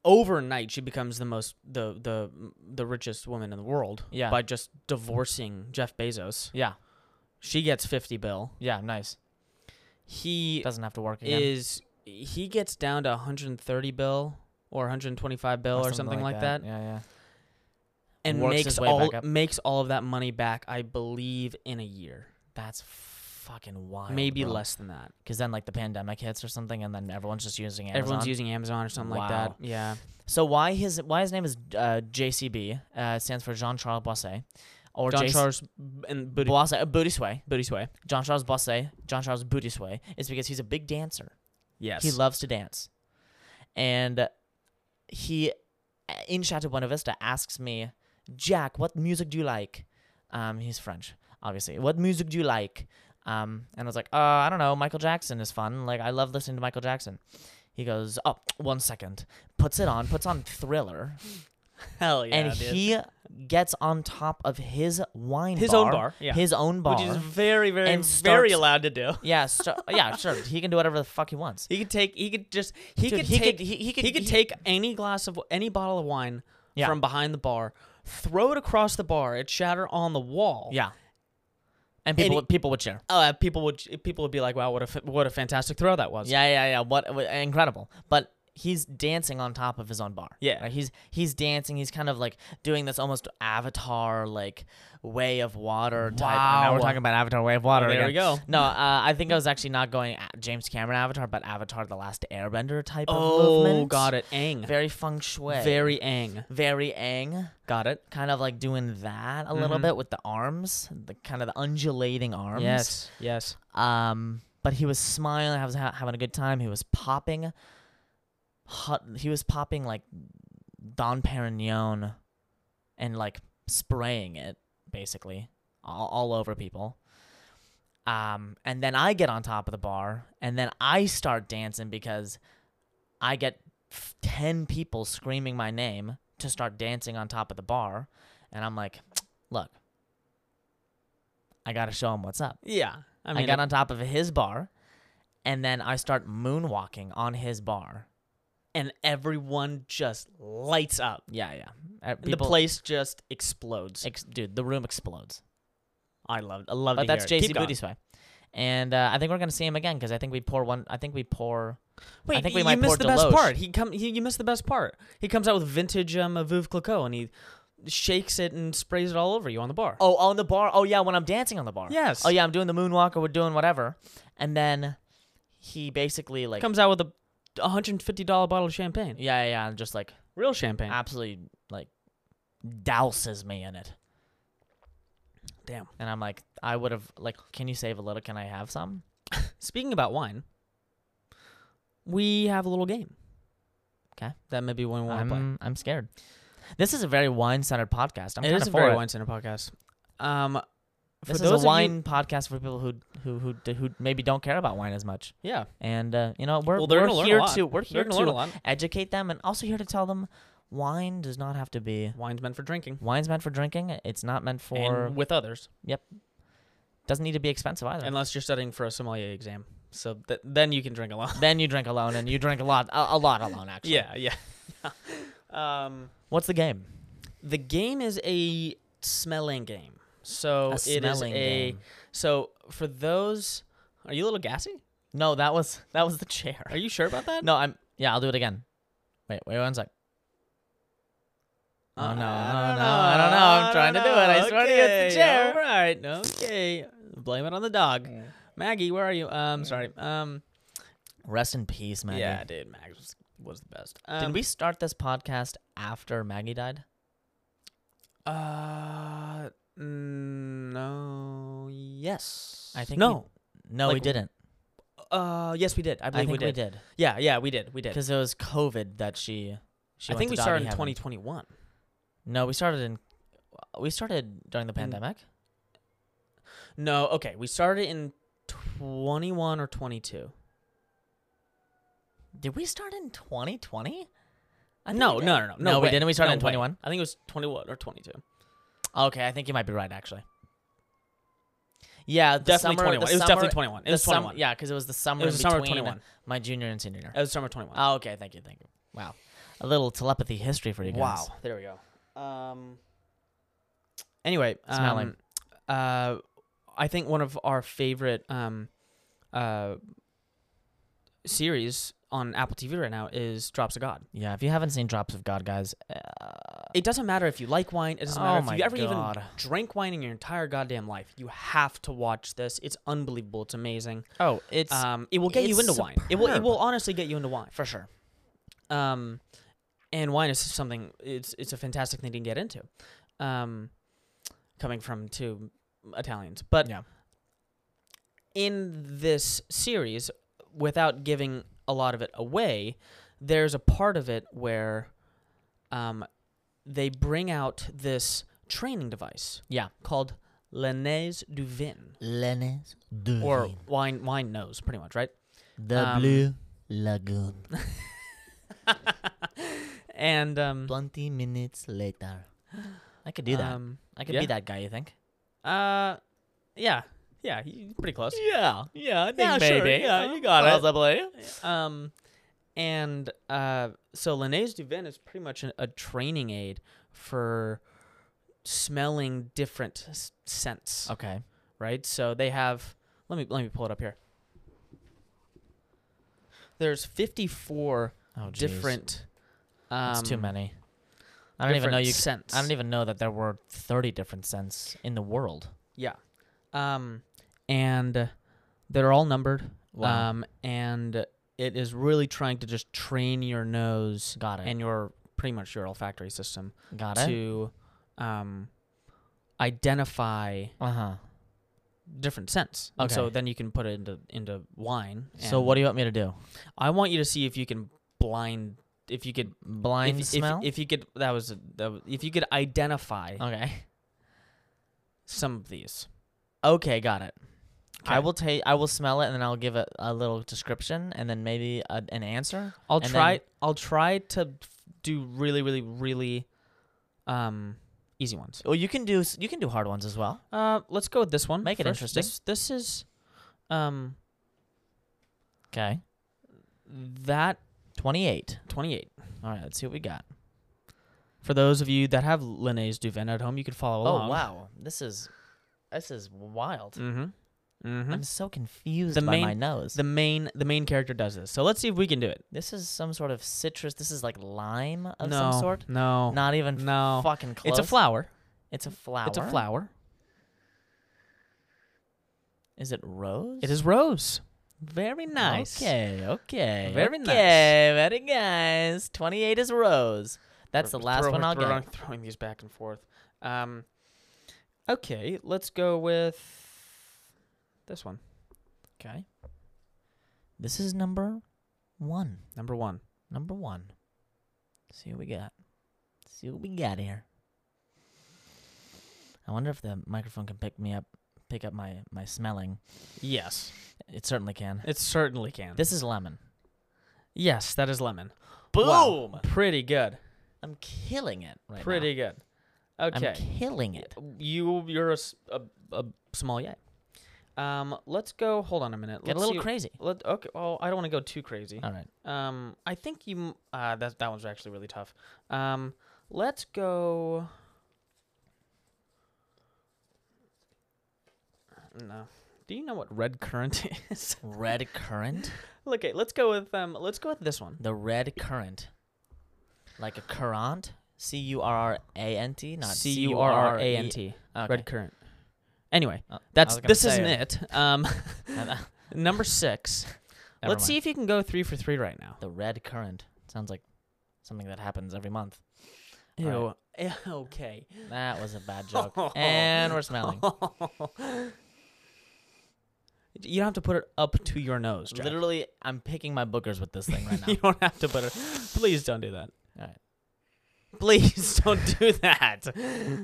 Speaker 2: overnight she becomes the most the the the richest woman in the world
Speaker 3: Yeah.
Speaker 2: by just divorcing Jeff Bezos.
Speaker 3: Yeah.
Speaker 2: She gets 50 bill.
Speaker 3: Yeah. Nice.
Speaker 2: He
Speaker 3: Doesn't have to work again.
Speaker 2: is he gets down to 130 bill or 125 bill or something, like, that,
Speaker 3: Yeah. Yeah.
Speaker 2: and
Speaker 3: Works
Speaker 2: makes
Speaker 3: his way back
Speaker 2: all
Speaker 3: up.
Speaker 2: makes all of that money back I believe in a year.
Speaker 3: That's fucking wild.
Speaker 2: Maybe less than that.
Speaker 3: Because then like the pandemic hits or something, and then everyone's just using Amazon.
Speaker 2: Everyone's using Amazon or something like that.
Speaker 3: Wow.
Speaker 2: Yeah.
Speaker 3: So why his why his name is uh, JCB uh, it stands for Jean Charles Boisset, or
Speaker 2: John
Speaker 3: JC
Speaker 2: Charles b- and Booty,
Speaker 3: Boisset, uh, Booty Sway.
Speaker 2: Booty Sway.
Speaker 3: John Charles Boisset, John Charles Booty Sway, is because he's a big dancer.
Speaker 2: Yes.
Speaker 3: He loves to dance, and he uh, in Chateau Buena Vista asks me, Jack, what music do you like? Um, he's French, obviously. What music do you like? Um, and I was like, uh, I don't know. Michael Jackson is fun. Like I love listening to Michael Jackson. He goes, oh, one second. Puts it on. Puts on Thriller.
Speaker 2: Hell yeah.
Speaker 3: and
Speaker 2: dude.
Speaker 3: he gets on top of his wine
Speaker 2: His
Speaker 3: bar,
Speaker 2: own bar, yeah.
Speaker 3: his own bar
Speaker 2: which is very very
Speaker 3: and
Speaker 2: very
Speaker 3: starts-
Speaker 2: allowed to do. [LAUGHS]
Speaker 3: yeah so, yeah sure he can do whatever the fuck he wants
Speaker 2: He could take. He could just. He
Speaker 3: Dude,
Speaker 2: could
Speaker 3: he
Speaker 2: take.
Speaker 3: could- he-
Speaker 2: he,
Speaker 3: he could-
Speaker 2: could.
Speaker 3: he-
Speaker 2: take any glass of any bottle of wine
Speaker 3: Yeah.
Speaker 2: from behind the bar, throw it across the bar, it shatter on the wall.
Speaker 3: yeah and people
Speaker 2: he-
Speaker 3: would people would share
Speaker 2: Uh, people would people would be like, "Wow, what a fa- what a fantastic throw that was."
Speaker 3: yeah yeah yeah what, what incredible but he's dancing on top of his own bar
Speaker 2: Yeah.
Speaker 3: Like, he's he's dancing he's kind of like doing this almost avatar like way of water type
Speaker 2: Wow.
Speaker 3: now we're talking about avatar way of water
Speaker 2: There we
Speaker 3: [LAUGHS] again.
Speaker 2: go.
Speaker 3: no uh, i think i was actually not going a- james cameron avatar but avatar the last airbender type
Speaker 2: Oh,
Speaker 3: of movement
Speaker 2: got it. Ang.
Speaker 3: very feng shui
Speaker 2: Very ang.
Speaker 3: very ang
Speaker 2: Got it.
Speaker 3: kind of like doing that a little
Speaker 2: Mhm.
Speaker 3: bit with the arms the kind of the undulating arms
Speaker 2: Yes. Yes.
Speaker 3: um but he was smiling i was ha- having a good time he was popping hot he was popping like don perignon and like spraying it basically all, all over people um and then i get on top of the bar and then i start dancing because i get f- 10 people screaming my name to start dancing on top of the bar and i'm like look i gotta show him what's up
Speaker 2: Yeah. I
Speaker 3: I,
Speaker 2: mean,
Speaker 3: got on top of his bar, and then I start moonwalking on his bar.
Speaker 2: and everyone just lights up.
Speaker 3: Yeah, yeah. Uh,
Speaker 2: The
Speaker 3: people-
Speaker 2: place just explodes.
Speaker 3: ex- dude, the room explodes.
Speaker 2: I love. I love.
Speaker 3: But
Speaker 2: to
Speaker 3: that's
Speaker 2: hear it.
Speaker 3: JC
Speaker 2: Keep going.
Speaker 3: Booty Sway, and uh, I think we're gonna see him again because I think we pour one. I think we pour.
Speaker 2: Wait,
Speaker 3: I think we
Speaker 2: you
Speaker 3: might pour
Speaker 2: missed the best
Speaker 3: Deloche.
Speaker 2: part. He come he, you missed the best part. He comes out with vintage um a Veuve Clicquot and he shakes it and sprays it all over you on the bar.
Speaker 3: Oh, on the bar. Oh yeah, when I'm dancing on the bar.
Speaker 2: Yes.
Speaker 3: Oh yeah, I'm doing the moonwalk or we're doing whatever, and then he basically like.
Speaker 2: comes out with a $150 bottle of champagne.
Speaker 3: yeah, yeah, yeah, and just like
Speaker 2: Real champagne.
Speaker 3: absolutely like douses me in it,
Speaker 2: Damn.
Speaker 3: and I'm like, I would have like, can you save a little? Can I have some?
Speaker 2: Speaking about wine, we have a little game.
Speaker 3: 'Kay.
Speaker 2: That may be one we want to play.
Speaker 3: I'm, I'm scared. This is a very wine centered podcast. I'm
Speaker 2: It
Speaker 3: kinda
Speaker 2: is a
Speaker 3: for
Speaker 2: very
Speaker 3: it.
Speaker 2: wine center podcast. Um for
Speaker 3: This
Speaker 2: those
Speaker 3: is
Speaker 2: of
Speaker 3: a
Speaker 2: you-
Speaker 3: wine podcast for people who who who d- who maybe don't care about wine as much.
Speaker 2: yeah.
Speaker 3: And uh, you know we're
Speaker 2: Well, they're
Speaker 3: we're
Speaker 2: gonna learn a
Speaker 3: here
Speaker 2: lot.
Speaker 3: to we're here
Speaker 2: They're gonna learn a
Speaker 3: to
Speaker 2: lot.
Speaker 3: educate them and also here to tell them wine does not have to be
Speaker 2: Wine's meant for drinking
Speaker 3: wine's meant for drinking. It's not meant for
Speaker 2: and with others,
Speaker 3: doesn't need to be expensive either.
Speaker 2: unless you're studying for a sommelier exam. So th- then you can drink a
Speaker 3: [LAUGHS]
Speaker 2: lot.
Speaker 3: then you drink alone and you drink a lot a, a lot alone actually.
Speaker 2: Yeah, yeah. [LAUGHS] um
Speaker 3: What's the game?
Speaker 2: The game is a smelling game. So
Speaker 3: A
Speaker 2: it is
Speaker 3: smelling
Speaker 2: a-
Speaker 3: game.
Speaker 2: So for those, are you a little gassy?
Speaker 3: No, that was that was the chair.
Speaker 2: Are you sure about that?
Speaker 3: No, I'm. Yeah, I'll do it again. Wait, wait one sec. Oh,
Speaker 2: Uh,
Speaker 3: no, no, no, I don't know. I'm trying to do it. I swear to you, it's the chair. Mm.
Speaker 2: All right. Okay. Blame it on the dog. Maggie, where are you? Um, sorry. Um,
Speaker 3: Rest in peace, Mm. Maggie.
Speaker 2: yeah, dude, Maggie was, was the best. Um,
Speaker 3: Did we start this podcast after Maggie died?
Speaker 2: Uh, mm, no. Yes.
Speaker 3: I think
Speaker 2: no.
Speaker 3: No, we
Speaker 2: Like,
Speaker 3: didn't.
Speaker 2: uh, yes, we did. I
Speaker 3: I,
Speaker 2: believe
Speaker 3: think
Speaker 2: we did. Yeah, yeah, we did. We did.
Speaker 3: because it was COVID that she. she
Speaker 2: I
Speaker 3: went
Speaker 2: think
Speaker 3: to
Speaker 2: we
Speaker 3: Doggy
Speaker 2: started in
Speaker 3: Heaven.
Speaker 2: 2021.
Speaker 3: No, we started in. We started during the pandemic.
Speaker 2: No, okay. We started in 21 or 22.
Speaker 3: Did we start in 2020?
Speaker 2: No,
Speaker 3: I think
Speaker 2: no,
Speaker 3: we did.
Speaker 2: no, no,
Speaker 3: No, we
Speaker 2: way.
Speaker 3: didn't. We started
Speaker 2: No
Speaker 3: in
Speaker 2: way.
Speaker 3: 21.
Speaker 2: I think it was 21 or 22.
Speaker 3: Okay, I think you might be right actually. Yeah, the
Speaker 2: definitely
Speaker 3: summer,
Speaker 2: 21.
Speaker 3: the
Speaker 2: It was
Speaker 3: summer-
Speaker 2: definitely 21. It
Speaker 3: the
Speaker 2: was
Speaker 3: sum-
Speaker 2: 21.
Speaker 3: yeah, because it was the summer.
Speaker 2: It was
Speaker 3: in
Speaker 2: the summer of
Speaker 3: between
Speaker 2: 21.
Speaker 3: My junior and senior year.
Speaker 2: It was summer 21.
Speaker 3: Oh, okay. Thank you. Thank you. Wow. A little telepathy history for you guys.
Speaker 2: Wow. There we go. Um. Anyway,
Speaker 3: Smelling.
Speaker 2: um, uh, I think one of our favorite um, uh, series on Apple TV right now is Drops of God.
Speaker 3: Yeah, if you haven't seen Drops of God, guys, uh,
Speaker 2: It doesn't matter if you like wine. It doesn't
Speaker 3: Oh
Speaker 2: matter
Speaker 3: my
Speaker 2: if you ever
Speaker 3: God.
Speaker 2: even drank wine in your entire goddamn life. You have to watch this. It's unbelievable. It's amazing.
Speaker 3: oh, it's
Speaker 2: Um, it will get you
Speaker 3: it's
Speaker 2: into wine. It will. It
Speaker 3: superb.
Speaker 2: will honestly get you into wine.
Speaker 3: for sure.
Speaker 2: Um, and wine is something. It's it's a fantastic thing to get into. Um, coming from two Italians, but
Speaker 3: Yeah.
Speaker 2: in this series, without giving a lot of it away, there's a part of it where, um, they bring out this training device
Speaker 3: Yeah.
Speaker 2: called L'Anais du Vin,
Speaker 3: Lennis
Speaker 2: or wine wine nose, pretty much, right?
Speaker 3: the
Speaker 2: um,
Speaker 3: Blue Lagoon.
Speaker 2: [LAUGHS] and um,
Speaker 3: Twenty minutes later. I could do that.
Speaker 2: Um,
Speaker 3: I could
Speaker 2: yeah.
Speaker 3: be that guy. You think?
Speaker 2: Uh, yeah, yeah, you- pretty close.
Speaker 3: Yeah. Yeah. I think
Speaker 2: sure, yeah, you got it.
Speaker 3: Possibly.
Speaker 2: Um, and uh, so Linnaeus Duvin is pretty much a, a training aid for smelling different s- scents,
Speaker 3: Okay.
Speaker 2: right? So they have. Let me let me pull it up here. There's 54
Speaker 3: Oh, jeez.
Speaker 2: different. Um,
Speaker 3: It's too many. I don't even know
Speaker 2: different
Speaker 3: you. c-
Speaker 2: Scents.
Speaker 3: I don't even know that there were thirty different scents in the world.
Speaker 2: Yeah. Um, and they're all numbered.
Speaker 3: Wow.
Speaker 2: Um, and it is really trying to just train your nose
Speaker 3: Got it.
Speaker 2: and your pretty much your olfactory system
Speaker 3: got it.
Speaker 2: to um, identify
Speaker 3: Uh huh.
Speaker 2: different scents. And So
Speaker 3: Okay.
Speaker 2: then you can put it into into wine.
Speaker 3: So
Speaker 2: and
Speaker 3: what do you want me to do?
Speaker 2: I want you to see if you can blind if you could
Speaker 3: Blind
Speaker 2: if,
Speaker 3: smell.
Speaker 2: If, if you could that was, a, that was if you could identify
Speaker 3: okay.
Speaker 2: some of these.
Speaker 3: Okay, got it. I
Speaker 2: Okay.
Speaker 3: will take. I will smell it, and then I'll give it a little description, and then maybe a, an answer.
Speaker 2: I'll
Speaker 3: and
Speaker 2: try.
Speaker 3: then-
Speaker 2: I'll try to f- do really, really, really, um, easy ones.
Speaker 3: Well, you can do. s- You can do hard ones as well.
Speaker 2: Uh, let's go with this one.
Speaker 3: Make it
Speaker 2: first.
Speaker 3: interesting.
Speaker 2: This, this is, um,
Speaker 3: Okay.
Speaker 2: that
Speaker 3: Twenty-eight.
Speaker 2: twenty-eight.
Speaker 3: All right. Let's see what we got.
Speaker 2: For those of you that have Linnaeus Duvin at home, you can follow along.
Speaker 3: Oh wow, this is, this is wild.
Speaker 2: Mm-hmm. Mm-hmm.
Speaker 3: I'm so confused
Speaker 2: The
Speaker 3: by my
Speaker 2: main-
Speaker 3: nose.
Speaker 2: The main, the main character does this. So let's see if we can do it.
Speaker 3: this is some sort of citrus. This is like lime of
Speaker 2: no,
Speaker 3: some sort.
Speaker 2: no,
Speaker 3: Not even f-
Speaker 2: no.
Speaker 3: fucking close.
Speaker 2: it's a flower.
Speaker 3: It's a flower.
Speaker 2: It's a flower.
Speaker 3: Is it rose?
Speaker 2: It is rose. Very nice.
Speaker 3: Okay, okay.
Speaker 2: Very
Speaker 3: okay,
Speaker 2: nice.
Speaker 3: Very nice. 28 is Rose. That's the
Speaker 2: We're
Speaker 3: last one
Speaker 2: throwing-
Speaker 3: I'll
Speaker 2: throwing,
Speaker 3: get.
Speaker 2: Throwing these back and forth. Um, okay, let's go with this one.
Speaker 3: Okay. This is number one.
Speaker 2: Number one.
Speaker 3: Number one. see what we got. see what we got here. I wonder if the microphone can pick me up, pick up my, my smelling.
Speaker 2: Yes,
Speaker 3: It certainly can.
Speaker 2: it certainly can.
Speaker 3: This is lemon.
Speaker 2: yes, that is lemon. Wow,
Speaker 3: Boom!
Speaker 2: Pretty good.
Speaker 3: I'm killing it right now.
Speaker 2: Pretty good. Okay.
Speaker 3: I'm killing it.
Speaker 2: You you're a, s- a, a sommelier. Um, let's go. Hold on a minute.
Speaker 3: Get
Speaker 2: let's
Speaker 3: a little
Speaker 2: see-
Speaker 3: crazy.
Speaker 2: Let, okay. Well, I don't want to go too crazy.
Speaker 3: All right.
Speaker 2: Um, I think you. m- Uh, that that one's actually really tough. Um, let's go. No. Do you know what red currant [LAUGHS] is?
Speaker 3: Red currant.
Speaker 2: okay, let's go with um. Let's go with this one.
Speaker 3: The red currant. Like a currant. C U R R A N T, not
Speaker 2: C U R E. R A N T. Red
Speaker 3: [LAUGHS]
Speaker 2: currant. Anyway,
Speaker 3: Oh, I
Speaker 2: that's
Speaker 3: was gonna
Speaker 2: this
Speaker 3: say
Speaker 2: isn't
Speaker 3: it.
Speaker 2: it. Um, [LAUGHS]
Speaker 3: currant.
Speaker 2: number [LAUGHS] six. let's see if you can go three for three right now.
Speaker 3: The red currant. Sounds like something that happens every month. All right.
Speaker 2: Ew. [LAUGHS] Okay.
Speaker 3: That was
Speaker 2: [LAUGHS]
Speaker 3: a bad joke. and we're smelling.
Speaker 2: You don't have to put it up to your nose, Jack.
Speaker 3: Literally, I'm picking my bookers with this thing right
Speaker 2: [LAUGHS]
Speaker 3: now.
Speaker 2: You don't have to put it. Please don't do that.
Speaker 3: All right.
Speaker 2: [LAUGHS] Please don't do that.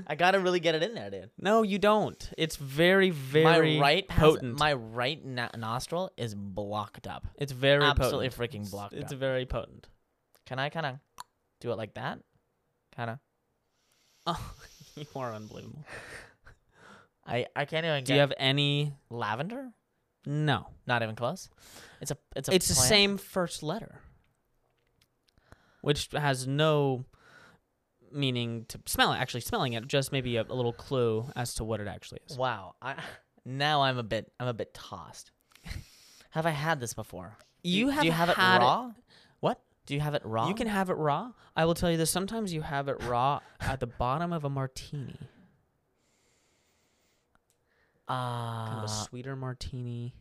Speaker 3: I gotta really get it in there, dude.
Speaker 2: No, you don't. It's very, very
Speaker 3: my right has-
Speaker 2: potent.
Speaker 3: my right na- nostril is blocked up.
Speaker 2: it's very
Speaker 3: absolutely
Speaker 2: potent.
Speaker 3: freaking blocked
Speaker 2: It's
Speaker 3: up.
Speaker 2: very potent. [LAUGHS]
Speaker 3: Can I kind of do it like that? Kind of.
Speaker 2: Oh, you are unbelievable.
Speaker 3: I I can't even.
Speaker 2: Do
Speaker 3: get
Speaker 2: you have any?
Speaker 3: lavender?
Speaker 2: No.
Speaker 3: Not even close. It's a it's a.
Speaker 2: It's the
Speaker 3: plant.
Speaker 2: same first letter. which has no meaning to smell it, actually smelling it, just maybe a, a little clue as to what it actually is.
Speaker 3: Wow. I, now I'm a bit I'm a bit tossed. have I had this before? Do
Speaker 2: You
Speaker 3: do you
Speaker 2: haven't
Speaker 3: have it
Speaker 2: had it-
Speaker 3: raw?
Speaker 2: What?
Speaker 3: Do you have it raw?
Speaker 2: You can have it raw. I will tell you this. Sometimes you have it raw at the bottom of a martini, kind of a
Speaker 3: uh,
Speaker 2: sweeter martini.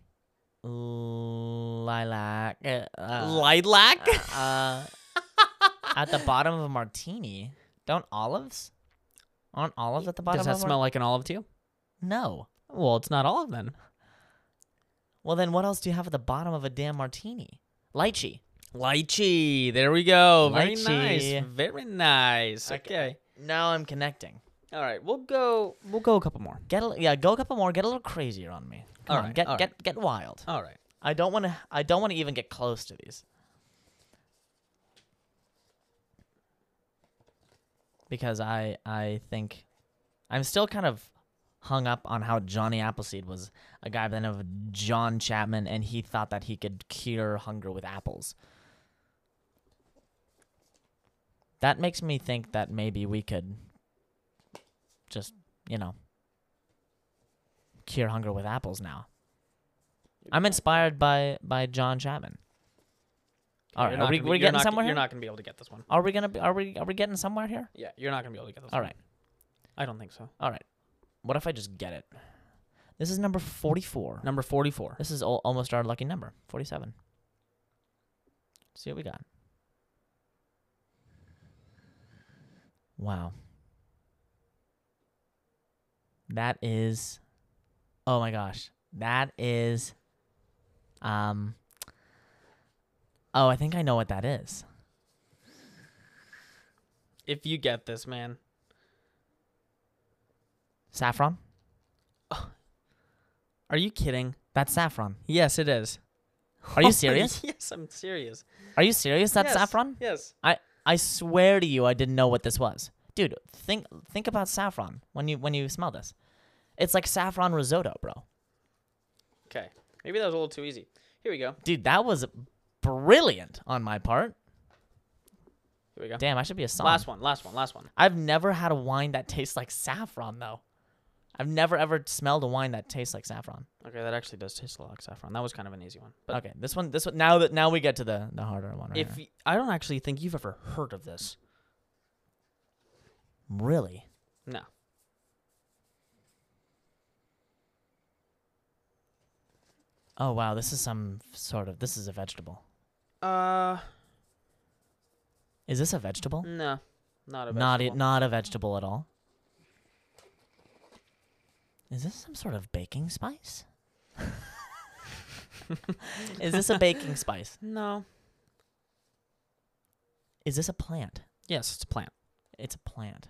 Speaker 3: lilac. uh, uh,
Speaker 2: Lilac. [LAUGHS]
Speaker 3: uh, at the bottom of a martini. Don't olives? Aren't olives at the bottom
Speaker 2: Does that
Speaker 3: of a mar-
Speaker 2: smell like an olive to you?
Speaker 3: No.
Speaker 2: Well, it's not olive then.
Speaker 3: Well then what else do you have at the bottom of a damn martini? Lychee.
Speaker 2: Lychee. There we go. Very
Speaker 3: Lychee.
Speaker 2: nice. Very nice.
Speaker 3: Okay.
Speaker 2: Okay.
Speaker 3: Now I'm connecting.
Speaker 2: All right. We'll go. We'll go a couple more.
Speaker 3: Get a, li- yeah, go a couple more. Get a little crazier on me. Come
Speaker 2: All
Speaker 3: on,
Speaker 2: right,
Speaker 3: get
Speaker 2: all right.
Speaker 3: get get wild.
Speaker 2: All right.
Speaker 3: I don't want to. I don't want to even get close to these. Because I I think I'm still kind of hung up on how Johnny Appleseed was a guy by the name of John Chapman, and he thought that he could cure hunger with apples. That makes me think that maybe we could just you know cure hunger with apples now. I'm inspired by by John Chapman. All right,
Speaker 2: You're
Speaker 3: are
Speaker 2: not
Speaker 3: we,
Speaker 2: gonna be-
Speaker 3: we
Speaker 2: you're
Speaker 3: getting
Speaker 2: not-
Speaker 3: somewhere
Speaker 2: You're
Speaker 3: here?
Speaker 2: not gonna be able to get this one.
Speaker 3: Are we gonna be, are we are we getting somewhere here?
Speaker 2: Yeah, you're not gonna be able to get this.
Speaker 3: All
Speaker 2: one.
Speaker 3: right,
Speaker 2: I don't think so.
Speaker 3: all right. What if I just get it? This is number forty-four.
Speaker 2: Number forty-four.
Speaker 3: This is al- almost our lucky number, forty-seven. See what we got. Wow. That is, oh my gosh, that is, um. Oh, I think I know what that is.
Speaker 2: If you get this, man.
Speaker 3: Saffron.
Speaker 2: Are you kidding?
Speaker 3: That's saffron.
Speaker 2: Yes, it is. [LAUGHS]
Speaker 3: Are you serious?
Speaker 2: yes, I'm serious.
Speaker 3: Are you serious? That's
Speaker 2: Yes,
Speaker 3: saffron?
Speaker 2: Yes.
Speaker 3: I I swear to you I didn't know what this was. Dude, think think about saffron when you when you smell this. It's like saffron risotto, bro.
Speaker 2: Okay. Maybe that was a little too easy. Here we go.
Speaker 3: Dude, that was brilliant on my part.
Speaker 2: Here we go.
Speaker 3: Damn, I should be a song.
Speaker 2: Last one. Last one. Last one.
Speaker 3: I've never had a wine that tastes like saffron though. I've never ever smelled a wine that tastes like saffron.
Speaker 2: Okay, that actually does taste a lot like saffron. That was kind of an easy one. But
Speaker 3: okay, this one this one now that now we get to the the harder one right
Speaker 2: if
Speaker 3: here.
Speaker 2: y- I don't actually think you've ever heard of this.
Speaker 3: Really?
Speaker 2: No.
Speaker 3: Oh wow, this is some sort of this is a vegetable.
Speaker 2: Uh,
Speaker 3: Is this a vegetable?
Speaker 2: no. Not e-, a
Speaker 3: Not a,
Speaker 2: vegetable.
Speaker 3: not a vegetable at all. Is this some sort of baking spice? [LAUGHS] Is this a baking spice?
Speaker 2: No.
Speaker 3: Is this a plant?
Speaker 2: Yes, it's a plant.
Speaker 3: It's a plant.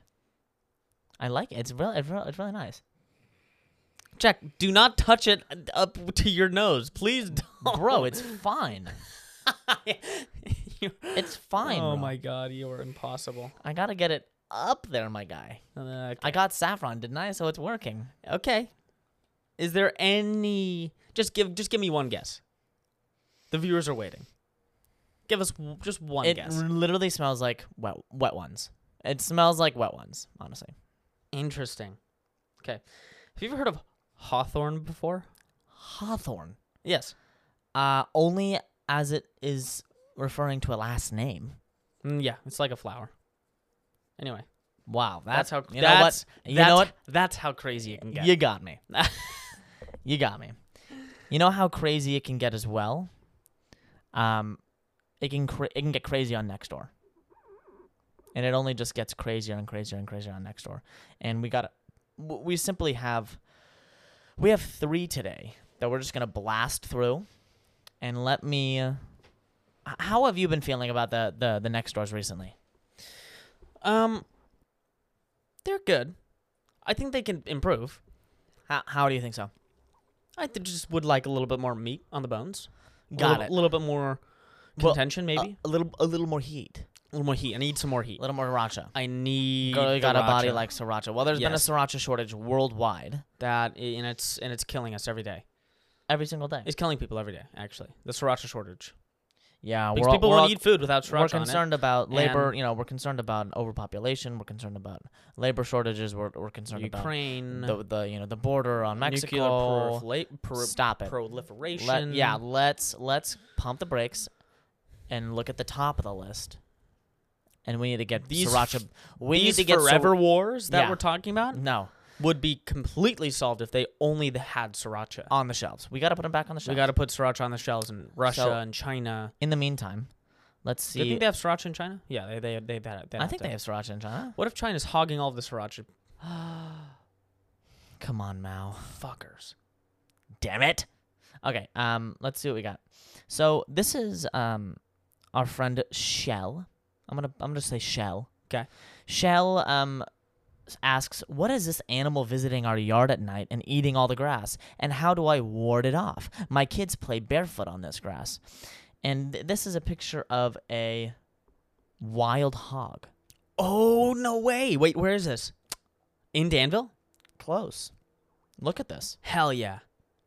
Speaker 3: I like it. It's really, it's really, it's really nice.
Speaker 2: Jack, do not touch it up to your nose, please. Don't. [LAUGHS]
Speaker 3: Bro, [LAUGHS] it's fine.
Speaker 2: You-
Speaker 3: It's fine.
Speaker 2: Oh
Speaker 3: bro.
Speaker 2: my god, you are impossible.
Speaker 3: I gotta get it up there, my guy.
Speaker 2: Uh,
Speaker 3: I got saffron, didn't I? So it's working.
Speaker 2: Okay. Is there any? Just give. Just give me one guess. The viewers are waiting. Give us w- just one
Speaker 3: it
Speaker 2: guess.
Speaker 3: literally smells like wet, wet ones. It smells like wet ones, honestly.
Speaker 2: Interesting. Okay. Have you ever heard of Hawthorne before?
Speaker 3: Hawthorn.
Speaker 2: Yes.
Speaker 3: Uh, only as it is referring to a last name.
Speaker 2: Mm, yeah, it's like a flower. Anyway,
Speaker 3: Wow, that-
Speaker 2: that's how.
Speaker 3: you know what
Speaker 2: that's,
Speaker 3: you
Speaker 2: that's-
Speaker 3: know what
Speaker 2: That's how crazy it can get.
Speaker 3: you got me. [LAUGHS] you got me. You know how crazy it can get as well. Um, it can cra- it can get crazy on Nextdoor, and it only just gets crazier and crazier and crazier on Nextdoor. And we got w- we simply have we have three today that we're just gonna blast through, and let me. Uh, h- how have you been feeling about the the the Nextdoors recently?
Speaker 2: Um, they're good. I think they can improve.
Speaker 3: How, how do you think so?
Speaker 2: I th- just would like a little bit more meat on the bones.
Speaker 3: Got
Speaker 2: a
Speaker 3: it.
Speaker 2: little, little bit more
Speaker 3: Well, uh,
Speaker 2: contention,
Speaker 3: A-
Speaker 2: maybe.
Speaker 3: A, little a little more heat,
Speaker 2: a little more heat. I need some more
Speaker 3: a
Speaker 2: heat.
Speaker 3: little more sriracha.
Speaker 2: I need.
Speaker 3: Girl, you got a body
Speaker 2: sriracha.
Speaker 3: like sriracha. Well, there's been a
Speaker 2: Yes.
Speaker 3: sriracha shortage worldwide
Speaker 2: that, i- and it's and it's killing us every day.
Speaker 3: every single day.
Speaker 2: It's killing people every day. Actually, the sriracha shortage.
Speaker 3: Yeah,
Speaker 2: Because
Speaker 3: Uh, we're,
Speaker 2: people
Speaker 3: we're
Speaker 2: won't
Speaker 3: all-
Speaker 2: eat food without
Speaker 3: we're
Speaker 2: shrubs on it.
Speaker 3: concerned about labor.
Speaker 2: and-
Speaker 3: You know, we're concerned about overpopulation. We're concerned about labor shortages. We're, we're concerned
Speaker 2: Ukraine,
Speaker 3: about the, the you know the border on Mexico.
Speaker 2: nuclear prolifera- pro-
Speaker 3: Stop it.
Speaker 2: proliferation.
Speaker 3: Let, yeah, let's let's pump the brakes and look at the top of the list. And we need to get
Speaker 2: These
Speaker 3: sriracha. we
Speaker 2: These
Speaker 3: need to get sri-
Speaker 2: forever wars that
Speaker 3: Yeah.
Speaker 2: we're talking about
Speaker 3: no
Speaker 2: would be completely solved if they only th- had sriracha.
Speaker 3: on the shelves. We got to put them back on the
Speaker 2: we
Speaker 3: shelves.
Speaker 2: got to put sriracha on the shelves in Russia
Speaker 3: So-
Speaker 2: and China.
Speaker 3: In the meantime, let's
Speaker 2: Do you
Speaker 3: see.
Speaker 2: think they have sriracha in China? Yeah, they they they that.
Speaker 3: I think they have sriracha in China.
Speaker 2: What if China's hogging all of the sriracha?
Speaker 3: [SIGHS] Come on, Mao.
Speaker 2: Fuckers.
Speaker 3: Damn it. Okay. Um. Let's see what we got. So this is um, our friend Shell. I'm gonna I'm gonna say Shell.
Speaker 2: 'Kay.
Speaker 3: Shell um s- asks, "What is this animal visiting our yard at night and eating all the grass? And how do I ward it off? My kids play barefoot on this grass." And th- this is a picture of a wild hog.
Speaker 2: Oh no way! Wait, where is this? In Danville?
Speaker 3: Close. Look at this.
Speaker 2: Hell yeah.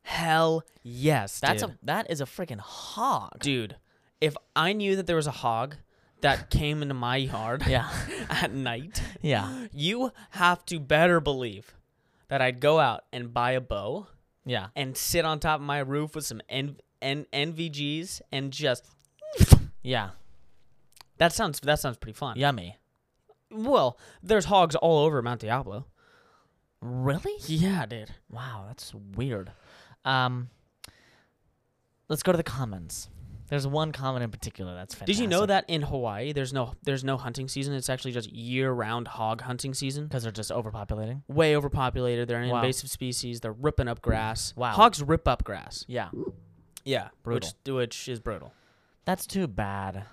Speaker 2: Hell yes.
Speaker 3: That's
Speaker 2: dude.
Speaker 3: a that is a freaking hog.
Speaker 2: dude. If I knew that there was a hog that came into my yard
Speaker 3: Yeah.
Speaker 2: [LAUGHS] at night,
Speaker 3: Yeah.
Speaker 2: you have to better believe that I'd go out and buy a bow
Speaker 3: Yeah.
Speaker 2: and sit on top of my roof with some N- N- NVGs and just
Speaker 3: Yeah.
Speaker 2: that sounds that sounds pretty fun.
Speaker 3: Yummy.
Speaker 2: Well, there's hogs all over Mount Diablo.
Speaker 3: Really?
Speaker 2: Yeah, dude.
Speaker 3: Wow, that's weird. Um, let's go to the comments. There's one comment in particular that's fantastic.
Speaker 2: Did you know that in Hawaii there's no there's no hunting season? It's actually just year-round hog hunting season.
Speaker 3: Because they're just overpopulating.
Speaker 2: Way overpopulated. They're an
Speaker 3: Wow.
Speaker 2: invasive species. They're ripping up grass.
Speaker 3: Wow.
Speaker 2: Hogs rip up grass.
Speaker 3: Yeah,
Speaker 2: Yeah,
Speaker 3: Brutal.
Speaker 2: Which, which is brutal.
Speaker 3: that's too bad.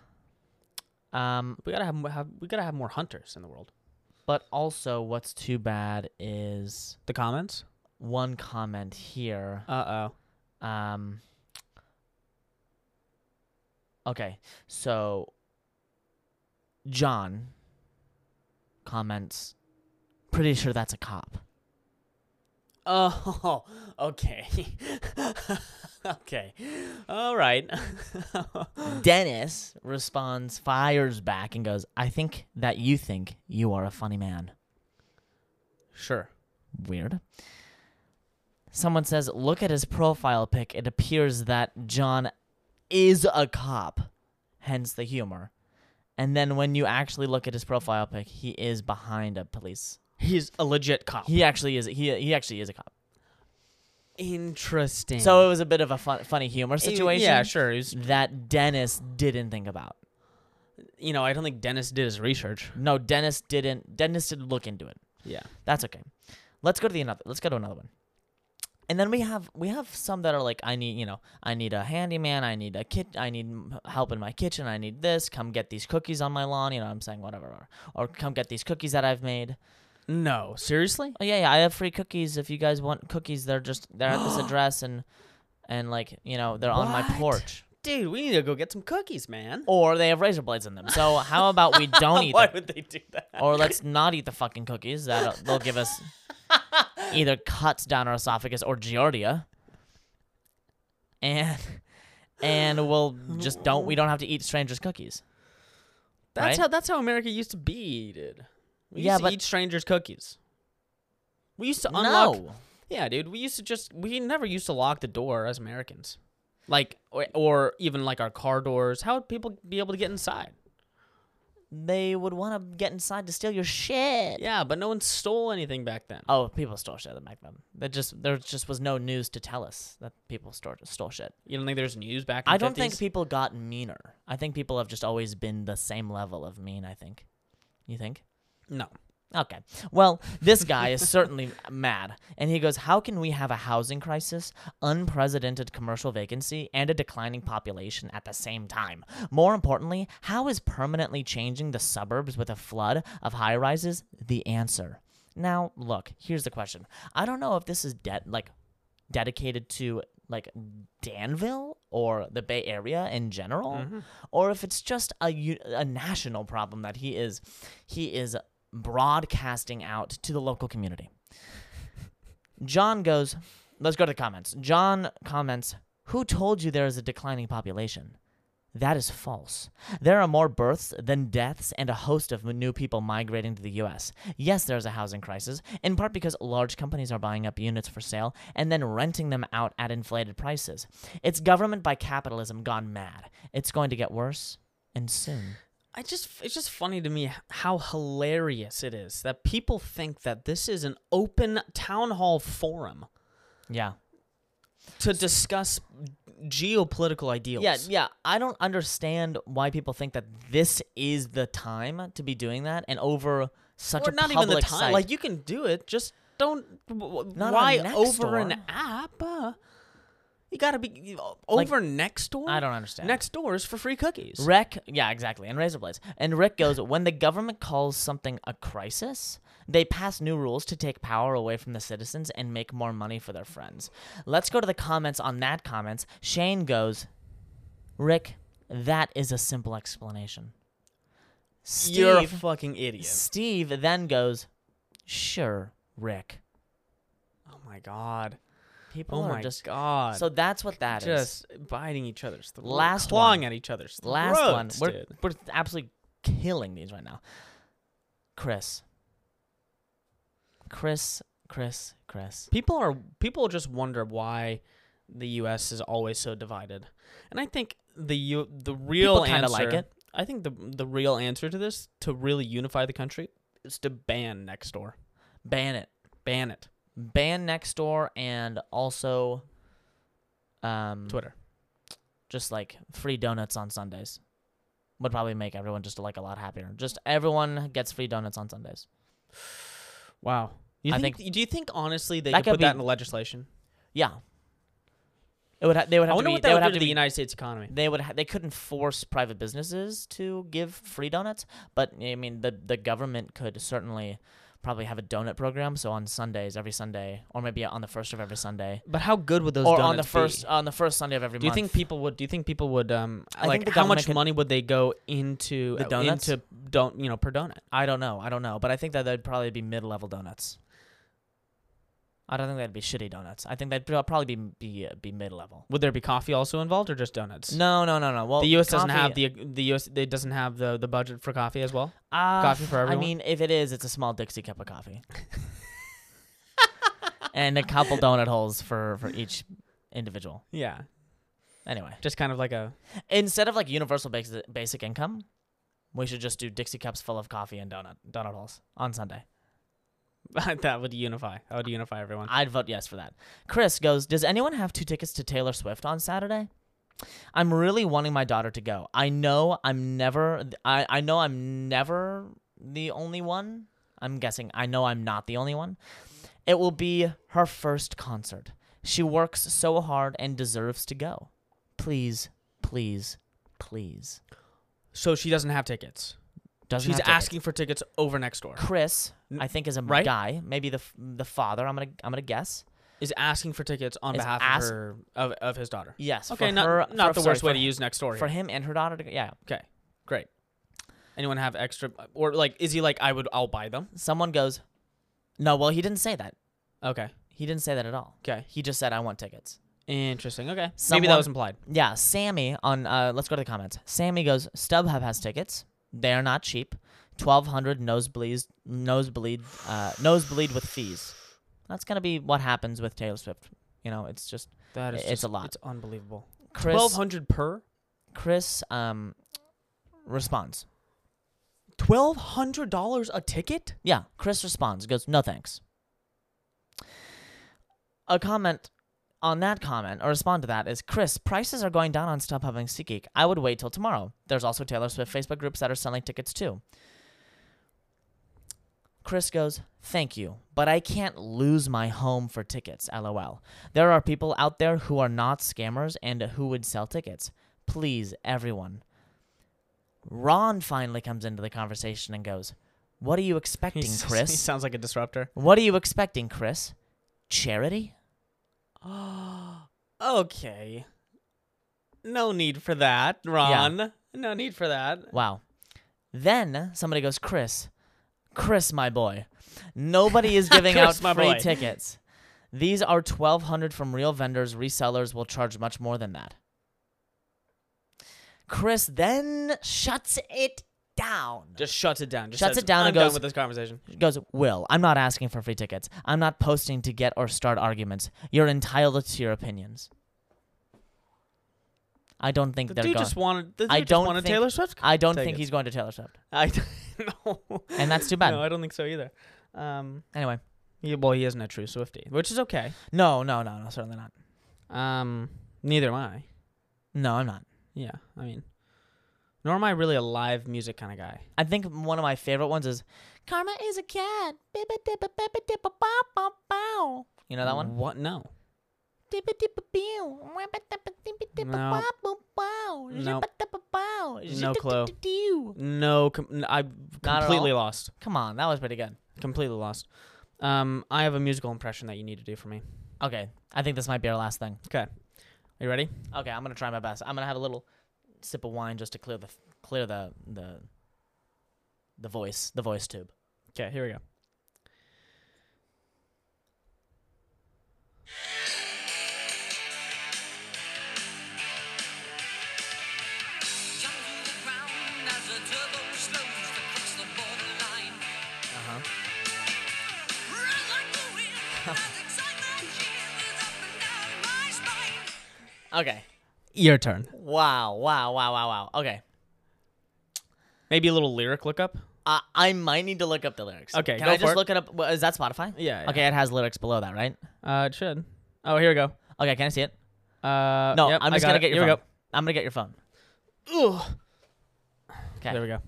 Speaker 3: Um,
Speaker 2: We gotta have, have we gotta have more hunters in the world.
Speaker 3: but also, what's too bad is
Speaker 2: The comments.
Speaker 3: one comment here.
Speaker 2: [LAUGHS] Uh oh.
Speaker 3: Um. Okay, so John comments, pretty sure that's a cop.
Speaker 2: Oh, [LAUGHS] okay. [LAUGHS] okay. All [LAUGHS] right.
Speaker 3: Dennis responds, fires back, and goes, I think that you think you are a funny man.
Speaker 2: sure.
Speaker 3: Weird. Someone says, Look at his profile pic. It appears that John is a cop, hence the humor. And then when you actually look at his profile pic, he is behind a police.
Speaker 2: He's a legit cop.
Speaker 3: He actually is. He he actually is a cop.
Speaker 2: Interesting.
Speaker 3: So it was a bit of a fun, funny humor
Speaker 2: Eh,
Speaker 3: situation.
Speaker 2: Mm. Yeah, sure. He's,
Speaker 3: That Dennis didn't think about.
Speaker 2: you know, I don't think Dennis did his research.
Speaker 3: No, Dennis didn't. Dennis didn't look into it.
Speaker 2: Yeah.
Speaker 3: That's okay. Let's go to the another. Let's go to another one. And then we have we have some that are like I need you know I need a handyman I need a kit I need m- help in my kitchen I need this come get these cookies on my lawn you know what I'm saying whatever or, or come get these cookies that I've made
Speaker 2: No, seriously?
Speaker 3: oh yeah yeah I have free cookies if you guys want cookies they're just they're at this address and and like you know they're on my
Speaker 2: What?
Speaker 3: porch
Speaker 2: Dude, we need to go get some cookies, man.
Speaker 3: or they have razor blades in them so how about we don't
Speaker 2: [LAUGHS]
Speaker 3: eat
Speaker 2: Why
Speaker 3: them?
Speaker 2: would they do that?
Speaker 3: or let's not eat the fucking cookies. That uh, they'll
Speaker 2: [LAUGHS]
Speaker 3: give us either cuts down our esophagus or giardia, and and we'll just don't we don't have to eat strangers' cookies.
Speaker 2: That's
Speaker 3: right?
Speaker 2: how that's how America used to be, dude. We used
Speaker 3: Yeah,
Speaker 2: to
Speaker 3: but-
Speaker 2: eat strangers' cookies. We used to unlock.
Speaker 3: No,
Speaker 2: Yeah, dude. We used to just we never used to lock the door as Americans, like or, or even like our car doors. How would people be able to get inside?
Speaker 3: they would want to get inside to steal your shit.
Speaker 2: Yeah, but no one stole anything back then.
Speaker 3: Oh, people stole shit back then. That just there just was no news to tell us that people stole stole shit.
Speaker 2: You don't think there's news back? in
Speaker 3: I
Speaker 2: the
Speaker 3: don't
Speaker 2: 50s?
Speaker 3: think people got meaner. I think people have just always been the same level of mean. I think. You think?
Speaker 2: No.
Speaker 3: Okay. Well, this guy is certainly mad. And he goes, How can we have a housing crisis, unprecedented commercial vacancy, and a declining population at the same time? More importantly, how is permanently changing the suburbs with a flood of high rises the answer? Now, look, here's the question. I don't know if this is de- like dedicated to like Danville or the Bay Area in general, or if it's just a u- a national problem that he is he is broadcasting out to the local community. John goes, let's go to the comments. John comments, "Who told you there is a declining population?" That is false. There are more births than deaths and a host of new people migrating to the US. Yes, there is a housing crisis, in part because large companies are buying up units for sale and then renting them out at inflated prices. It's government by capitalism gone mad. It's going to get worse and soon.
Speaker 2: I just it's just funny to me how hilarious it is that people think that this is an open town hall forum
Speaker 3: Yeah.
Speaker 2: to discuss geopolitical ideals.
Speaker 3: Yeah, yeah. I don't understand why people think that this is the time to be doing that and over such
Speaker 2: or
Speaker 3: a
Speaker 2: not
Speaker 3: public
Speaker 2: even the time.
Speaker 3: site.
Speaker 2: Like you can do it, just don't. w-
Speaker 3: Not on
Speaker 2: why
Speaker 3: Nextdoor.
Speaker 2: over an app? Uh, you gotta be you- over next door.
Speaker 3: I don't understand.
Speaker 2: Next door is for free cookies.
Speaker 3: Rick, yeah, exactly, and razor blades. And Rick goes, when the government calls something a crisis, they pass new rules to take power away from the citizens and make more money for their friends. Let's go to the comments on that comments. Shane goes, Rick, that is a simple explanation. Steve,
Speaker 2: You're a fucking idiot.
Speaker 3: Steve then goes, sure, Rick.
Speaker 2: Oh my god.
Speaker 3: People
Speaker 2: Oh
Speaker 3: are
Speaker 2: my
Speaker 3: just
Speaker 2: god.
Speaker 3: so that's what that is.
Speaker 2: just biting each other's throat,
Speaker 3: Last
Speaker 2: clawing
Speaker 3: one.
Speaker 2: at each other's
Speaker 3: Last one.
Speaker 2: throats,
Speaker 3: We're,
Speaker 2: dude.
Speaker 3: we're absolutely killing these right now. Chris. Chris, Chris, Chris.
Speaker 2: People are people just wonder why the U.S. is always so divided, and I think the U, the real
Speaker 3: People kinda
Speaker 2: answer.
Speaker 3: like it.
Speaker 2: I think the the real answer to this to really unify the country is to ban next door,
Speaker 3: Ban it.
Speaker 2: ban it.
Speaker 3: Ban next door and also um
Speaker 2: Twitter.
Speaker 3: just like free donuts on Sundays. Would probably make everyone just like a lot happier. Just everyone gets free donuts on Sundays.
Speaker 2: Wow. You
Speaker 3: I
Speaker 2: think, Do you think honestly they
Speaker 3: That
Speaker 2: could,
Speaker 3: could
Speaker 2: put that
Speaker 3: be-
Speaker 2: in the legislation?
Speaker 3: Yeah. It would ha- they would have
Speaker 2: I wonder
Speaker 3: to be,
Speaker 2: what
Speaker 3: they
Speaker 2: that
Speaker 3: would
Speaker 2: would do to,
Speaker 3: have to
Speaker 2: the
Speaker 3: be
Speaker 2: United States economy.
Speaker 3: they would ha- they couldn't force private businesses to give free donuts, but I mean the the government could certainly probably have a donut program. So on Sundays, every Sunday, or maybe on the first of every Sunday,
Speaker 2: But how good would those
Speaker 3: or
Speaker 2: donuts
Speaker 3: on the first
Speaker 2: Be?
Speaker 3: on the first Sunday of every
Speaker 2: Do you
Speaker 3: month.
Speaker 2: think people would? Do you think people would? Um,
Speaker 3: I
Speaker 2: like
Speaker 3: think the
Speaker 2: how much
Speaker 3: government could-
Speaker 2: money would they go into
Speaker 3: The
Speaker 2: uh,
Speaker 3: donuts?
Speaker 2: into don't you know per donut?
Speaker 3: I don't know. I don't know, but I think that they'd probably be mid level donuts. I don't think that'd be shitty donuts. I think that'd pro- probably be be, uh, be mid level.
Speaker 2: Would there be coffee also involved or just donuts?
Speaker 3: No, no, no, no. Well,
Speaker 2: the U.S. doesn't
Speaker 3: coffee-
Speaker 2: have the the U.S. It doesn't have the the budget for coffee as well.
Speaker 3: Uh,
Speaker 2: Coffee for
Speaker 3: I
Speaker 2: everyone?
Speaker 3: mean, if it is, it's a small Dixie cup of coffee. and
Speaker 2: [LAUGHS]
Speaker 3: a couple donut holes for, for each individual.
Speaker 2: Yeah,
Speaker 3: Anyway,
Speaker 2: just kind of like a [LAUGHS]
Speaker 3: instead of like universal basic, basic income, we should just do Dixie cups full of coffee and donut donut holes on Sunday.
Speaker 2: that would unify. That would unify everyone.
Speaker 3: I'd vote yes for that. Chris goes, Does anyone have two tickets to Taylor Swift on Saturday? I'm really wanting my daughter to go. I know I'm never I, I know I'm never the only one. I'm guessing I know I'm not the only one. It will be her first concert. She works so hard and deserves to go. Please, please, please.
Speaker 2: So she doesn't have tickets.
Speaker 3: Doesn't
Speaker 2: She's
Speaker 3: have tickets.
Speaker 2: asking for tickets over next door.
Speaker 3: Chris,
Speaker 2: N-
Speaker 3: I think is a
Speaker 2: right?
Speaker 3: guy, maybe the f- the father. I'm gonna I'm gonna guess.
Speaker 2: Is asking for tickets on
Speaker 3: Is
Speaker 2: behalf
Speaker 3: ask-
Speaker 2: of her of, of his daughter.
Speaker 3: Yes.
Speaker 2: Okay,
Speaker 3: for
Speaker 2: not
Speaker 3: her,
Speaker 2: not
Speaker 3: for-
Speaker 2: the
Speaker 3: sorry,
Speaker 2: worst way
Speaker 3: for
Speaker 2: to use next door.
Speaker 3: for
Speaker 2: here.
Speaker 3: him and her daughter to go. Yeah.
Speaker 2: Okay, great. Anyone have extra or like? Is he like I would? I'll buy them.
Speaker 3: Someone goes, no. Well, he didn't say that.
Speaker 2: Okay,
Speaker 3: He didn't say that at all.
Speaker 2: okay,
Speaker 3: He just said, I want tickets.
Speaker 2: interesting. Okay, maybe
Speaker 3: Someone-
Speaker 2: that was implied.
Speaker 3: Yeah. Sammy on. Uh, let's go to the comments. Sammy goes. StubHub has tickets. They are not cheap. Twelve hundred nosebleeds. Nosebleed. Uh, nosebleed with fees. That's gonna be what happens with Taylor Swift. You know, it's just
Speaker 2: That is
Speaker 3: It's
Speaker 2: just-
Speaker 3: a lot.
Speaker 2: It's unbelievable.
Speaker 3: Chris.
Speaker 2: Twelve hundred per.
Speaker 3: Chris um, responds.
Speaker 2: Twelve hundred dollars a ticket?
Speaker 3: Yeah, Chris responds, goes, no thanks. A comment on that comment, or respond to that, is Chris, prices are going down on StubHub and SeatGeek. I would wait till tomorrow. There's also Taylor Swift Facebook groups that are selling tickets too. Chris goes, Thank you, but I can't lose my home for tickets, lol. There are people out there who are not scammers and who would sell tickets. Please, everyone. Ron finally comes into the conversation and goes, What are you expecting,
Speaker 2: [LAUGHS] He's-
Speaker 3: Chris?
Speaker 2: He sounds like a disruptor.
Speaker 3: What are you expecting, Chris? Charity?
Speaker 2: [GASPS] okay. No need for that, Ron. No need for that.
Speaker 3: Wow. Then somebody goes, Chris, Chris, my boy. Nobody
Speaker 2: [LAUGHS]
Speaker 3: is giving out
Speaker 2: Chris, my
Speaker 3: free
Speaker 2: boy.
Speaker 3: tickets. These are 1200 from real vendors. Resellers will charge much more than that. Chris then shuts it down.
Speaker 2: Just shuts it down. Just
Speaker 3: Shuts
Speaker 2: says,
Speaker 3: it down
Speaker 2: I'm
Speaker 3: and
Speaker 2: done
Speaker 3: goes-
Speaker 2: with this conversation.
Speaker 3: goes, Will, I'm not asking for free tickets. I'm not posting to get or start arguments. You're entitled to your opinions. I don't think
Speaker 2: The
Speaker 3: they're
Speaker 2: dude
Speaker 3: going.
Speaker 2: just wanted. The dude
Speaker 3: I
Speaker 2: just
Speaker 3: don't
Speaker 2: wanted
Speaker 3: think-
Speaker 2: Taylor Swift.
Speaker 3: I don't
Speaker 2: Take
Speaker 3: think
Speaker 2: it.
Speaker 3: he's going to Taylor Swift.
Speaker 2: I d- [LAUGHS] no.
Speaker 3: And that's too bad.
Speaker 2: No, I don't think so either. Um,
Speaker 3: Anyway,
Speaker 2: he, well, he isn't a true Swifty, which is okay.
Speaker 3: no, no, no, no, certainly not.
Speaker 2: Um, neither am I.
Speaker 3: No, I'm not.
Speaker 2: Yeah, I mean, nor am I really a live music kind of guy.
Speaker 3: I think one of my favorite ones is Karma is a cat. Bip-a-dip-a-bip-a-dip-a-bop-bop-bow. You know that one?
Speaker 2: What? No.
Speaker 3: Dip-a-dip-a-beow. Wap-a-dip-a-dip-a-bop-bop-bow.
Speaker 2: Nope.
Speaker 3: Zip-a-dip-a-bow.
Speaker 2: No clue.
Speaker 3: Zip-a-dip-a-dip-a-doo.
Speaker 2: No. Com- n- I
Speaker 3: all?
Speaker 2: completely lost.
Speaker 3: Come on, that was pretty good.
Speaker 2: Completely lost. Um, I have a musical impression that you need to do for me.
Speaker 3: Okay, I think this might be our last thing.
Speaker 2: Okay. Are you ready?
Speaker 3: Okay, I'm gonna try my best. I'm gonna have a little sip of wine just to clear the clear the the the voice the voice tube.
Speaker 2: Okay. Here we go.
Speaker 4: Jump to the ground as the turbo slows to cross the borderline.
Speaker 3: Uh huh.
Speaker 4: Run like the wind as excitement shivers up and down my spine.
Speaker 3: Okay.
Speaker 2: Your turn.
Speaker 3: Wow. Wow. Wow. Wow. Wow. Okay.
Speaker 2: Maybe a little lyric lookup.
Speaker 3: I I might need to look up the lyrics.
Speaker 2: Okay,
Speaker 3: Can
Speaker 2: go
Speaker 3: I just
Speaker 2: for it.
Speaker 3: look it up? Well, is that Spotify?
Speaker 2: Yeah, yeah.
Speaker 3: Okay, it has lyrics below that, right?
Speaker 2: Uh, it should. Oh, here we go.
Speaker 3: Okay, can I see it?
Speaker 2: Uh,
Speaker 3: No,
Speaker 2: yep,
Speaker 3: I'm
Speaker 2: I
Speaker 3: just
Speaker 2: got
Speaker 3: gonna
Speaker 2: it.
Speaker 3: get your
Speaker 2: Here
Speaker 3: phone. I'm gonna get your phone.
Speaker 2: we go. Ugh.
Speaker 3: Okay.
Speaker 2: There we go.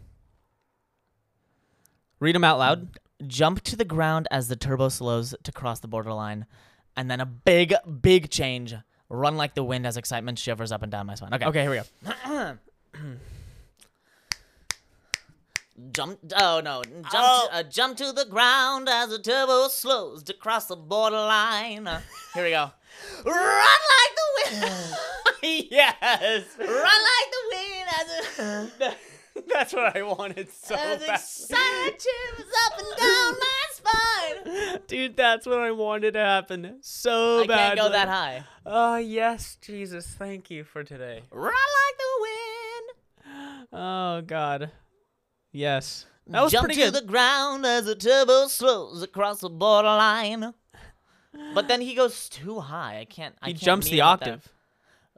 Speaker 2: Read them out loud.
Speaker 3: jump to the ground as the turbo slows to cross the borderline, and then a big, big change. Run like the wind as excitement shivers up and down my spine. Okay.
Speaker 2: Okay, here we go.
Speaker 3: Jump! Oh no! Jump!
Speaker 4: Oh.
Speaker 3: Uh, jump to the ground as the turbo slows to cross the borderline. Uh, here we go. Run like the wind. [LAUGHS]
Speaker 2: [LAUGHS]
Speaker 3: yes. Run like the wind as it.
Speaker 2: [LAUGHS] That's what I wanted so
Speaker 3: As excitement shivers up
Speaker 2: [LAUGHS]
Speaker 3: and down my spine. [LAUGHS]
Speaker 2: Dude, that's what I wanted to happen so
Speaker 3: I can't go that high.
Speaker 2: Oh, yes, Jesus. Thank you for today.
Speaker 3: Run like the wind.
Speaker 2: Oh, God. Yes. That was
Speaker 3: Jump
Speaker 2: pretty
Speaker 3: to
Speaker 2: good.
Speaker 3: the ground as the turbo slows across the borderline. But then he goes too high. I can't. I
Speaker 2: he
Speaker 3: can't
Speaker 2: jumps the
Speaker 3: meet with that.
Speaker 2: octave.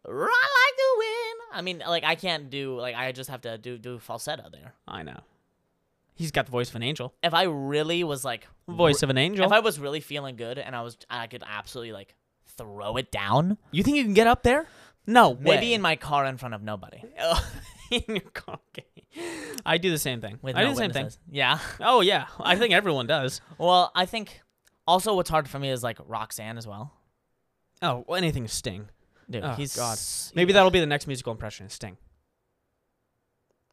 Speaker 3: Run like the wind. I mean, like I can't do. Like I just have to do do falsetto there.
Speaker 2: I know. He's got the voice of an angel.
Speaker 3: If I really was like,
Speaker 2: Voice of an angel.
Speaker 3: if I was really feeling good and I was, I could absolutely like throw it down.
Speaker 2: you think you can get up there? No.
Speaker 3: Maybe
Speaker 2: way.
Speaker 3: in my car in front of nobody.
Speaker 2: [LAUGHS] in your car. Okay. I do the same thing.
Speaker 3: With
Speaker 2: I
Speaker 3: no
Speaker 2: do the same thing.
Speaker 3: witnesses. Yeah.
Speaker 2: Oh yeah, I think everyone does.
Speaker 3: Well, I think also what's hard for me is like Roxanne as well.
Speaker 2: Oh, well, anything Sting.
Speaker 3: Dude,
Speaker 2: Oh,
Speaker 3: he's
Speaker 2: God. Maybe that'll be the next musical impression. is Sting.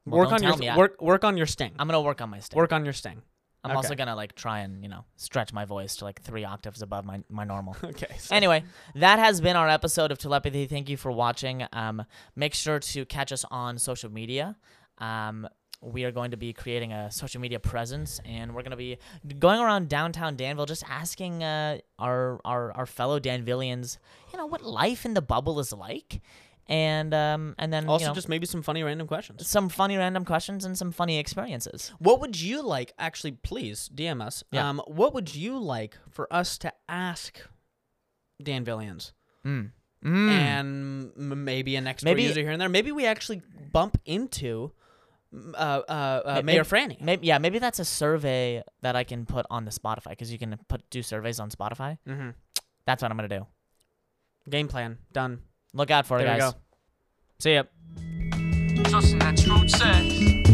Speaker 3: Well,
Speaker 2: work
Speaker 3: don't
Speaker 2: on your
Speaker 3: tell me. I-
Speaker 2: work. Work on your Sting.
Speaker 3: I'm gonna work on my stand.
Speaker 2: work on your Sting. [LAUGHS]
Speaker 3: I'm
Speaker 2: Okay.
Speaker 3: also gonna like try and you know stretch my voice to like three octaves above my my normal.
Speaker 2: Okay. so-
Speaker 3: anyway, that has been our episode of Telepathy. Thank you for watching. Um, make sure to catch us on social media. Um, we are going to be creating a social media presence, and we're going to be going around downtown Danville, just asking uh, our, our our fellow Danvillians, you know, what life in the bubble is like, and um, and then
Speaker 2: also,
Speaker 3: you know,
Speaker 2: just maybe some funny random questions.
Speaker 3: some funny random questions and some funny experiences.
Speaker 2: What would you like? Actually, please DM us.
Speaker 3: Yeah.
Speaker 2: Um, what would you like for us to ask Dan Villians?
Speaker 3: Mm. Mm.
Speaker 2: and m- Hmm. maybe an extra
Speaker 3: Maybe-
Speaker 2: user here and there. Maybe we actually bump into m- uh, uh, uh,
Speaker 3: Ma-
Speaker 2: Mayor
Speaker 3: maybe-
Speaker 2: Franny.
Speaker 3: Maybe yeah, maybe that's a survey that I can put on the Spotify because you can put do surveys on Spotify.
Speaker 2: mm-hmm.
Speaker 3: That's what I'm gonna do.
Speaker 2: Game plan done.
Speaker 3: Look out for
Speaker 2: There
Speaker 3: it,
Speaker 2: we
Speaker 3: guys.
Speaker 2: go. See ya.
Speaker 1: Trusting that truth says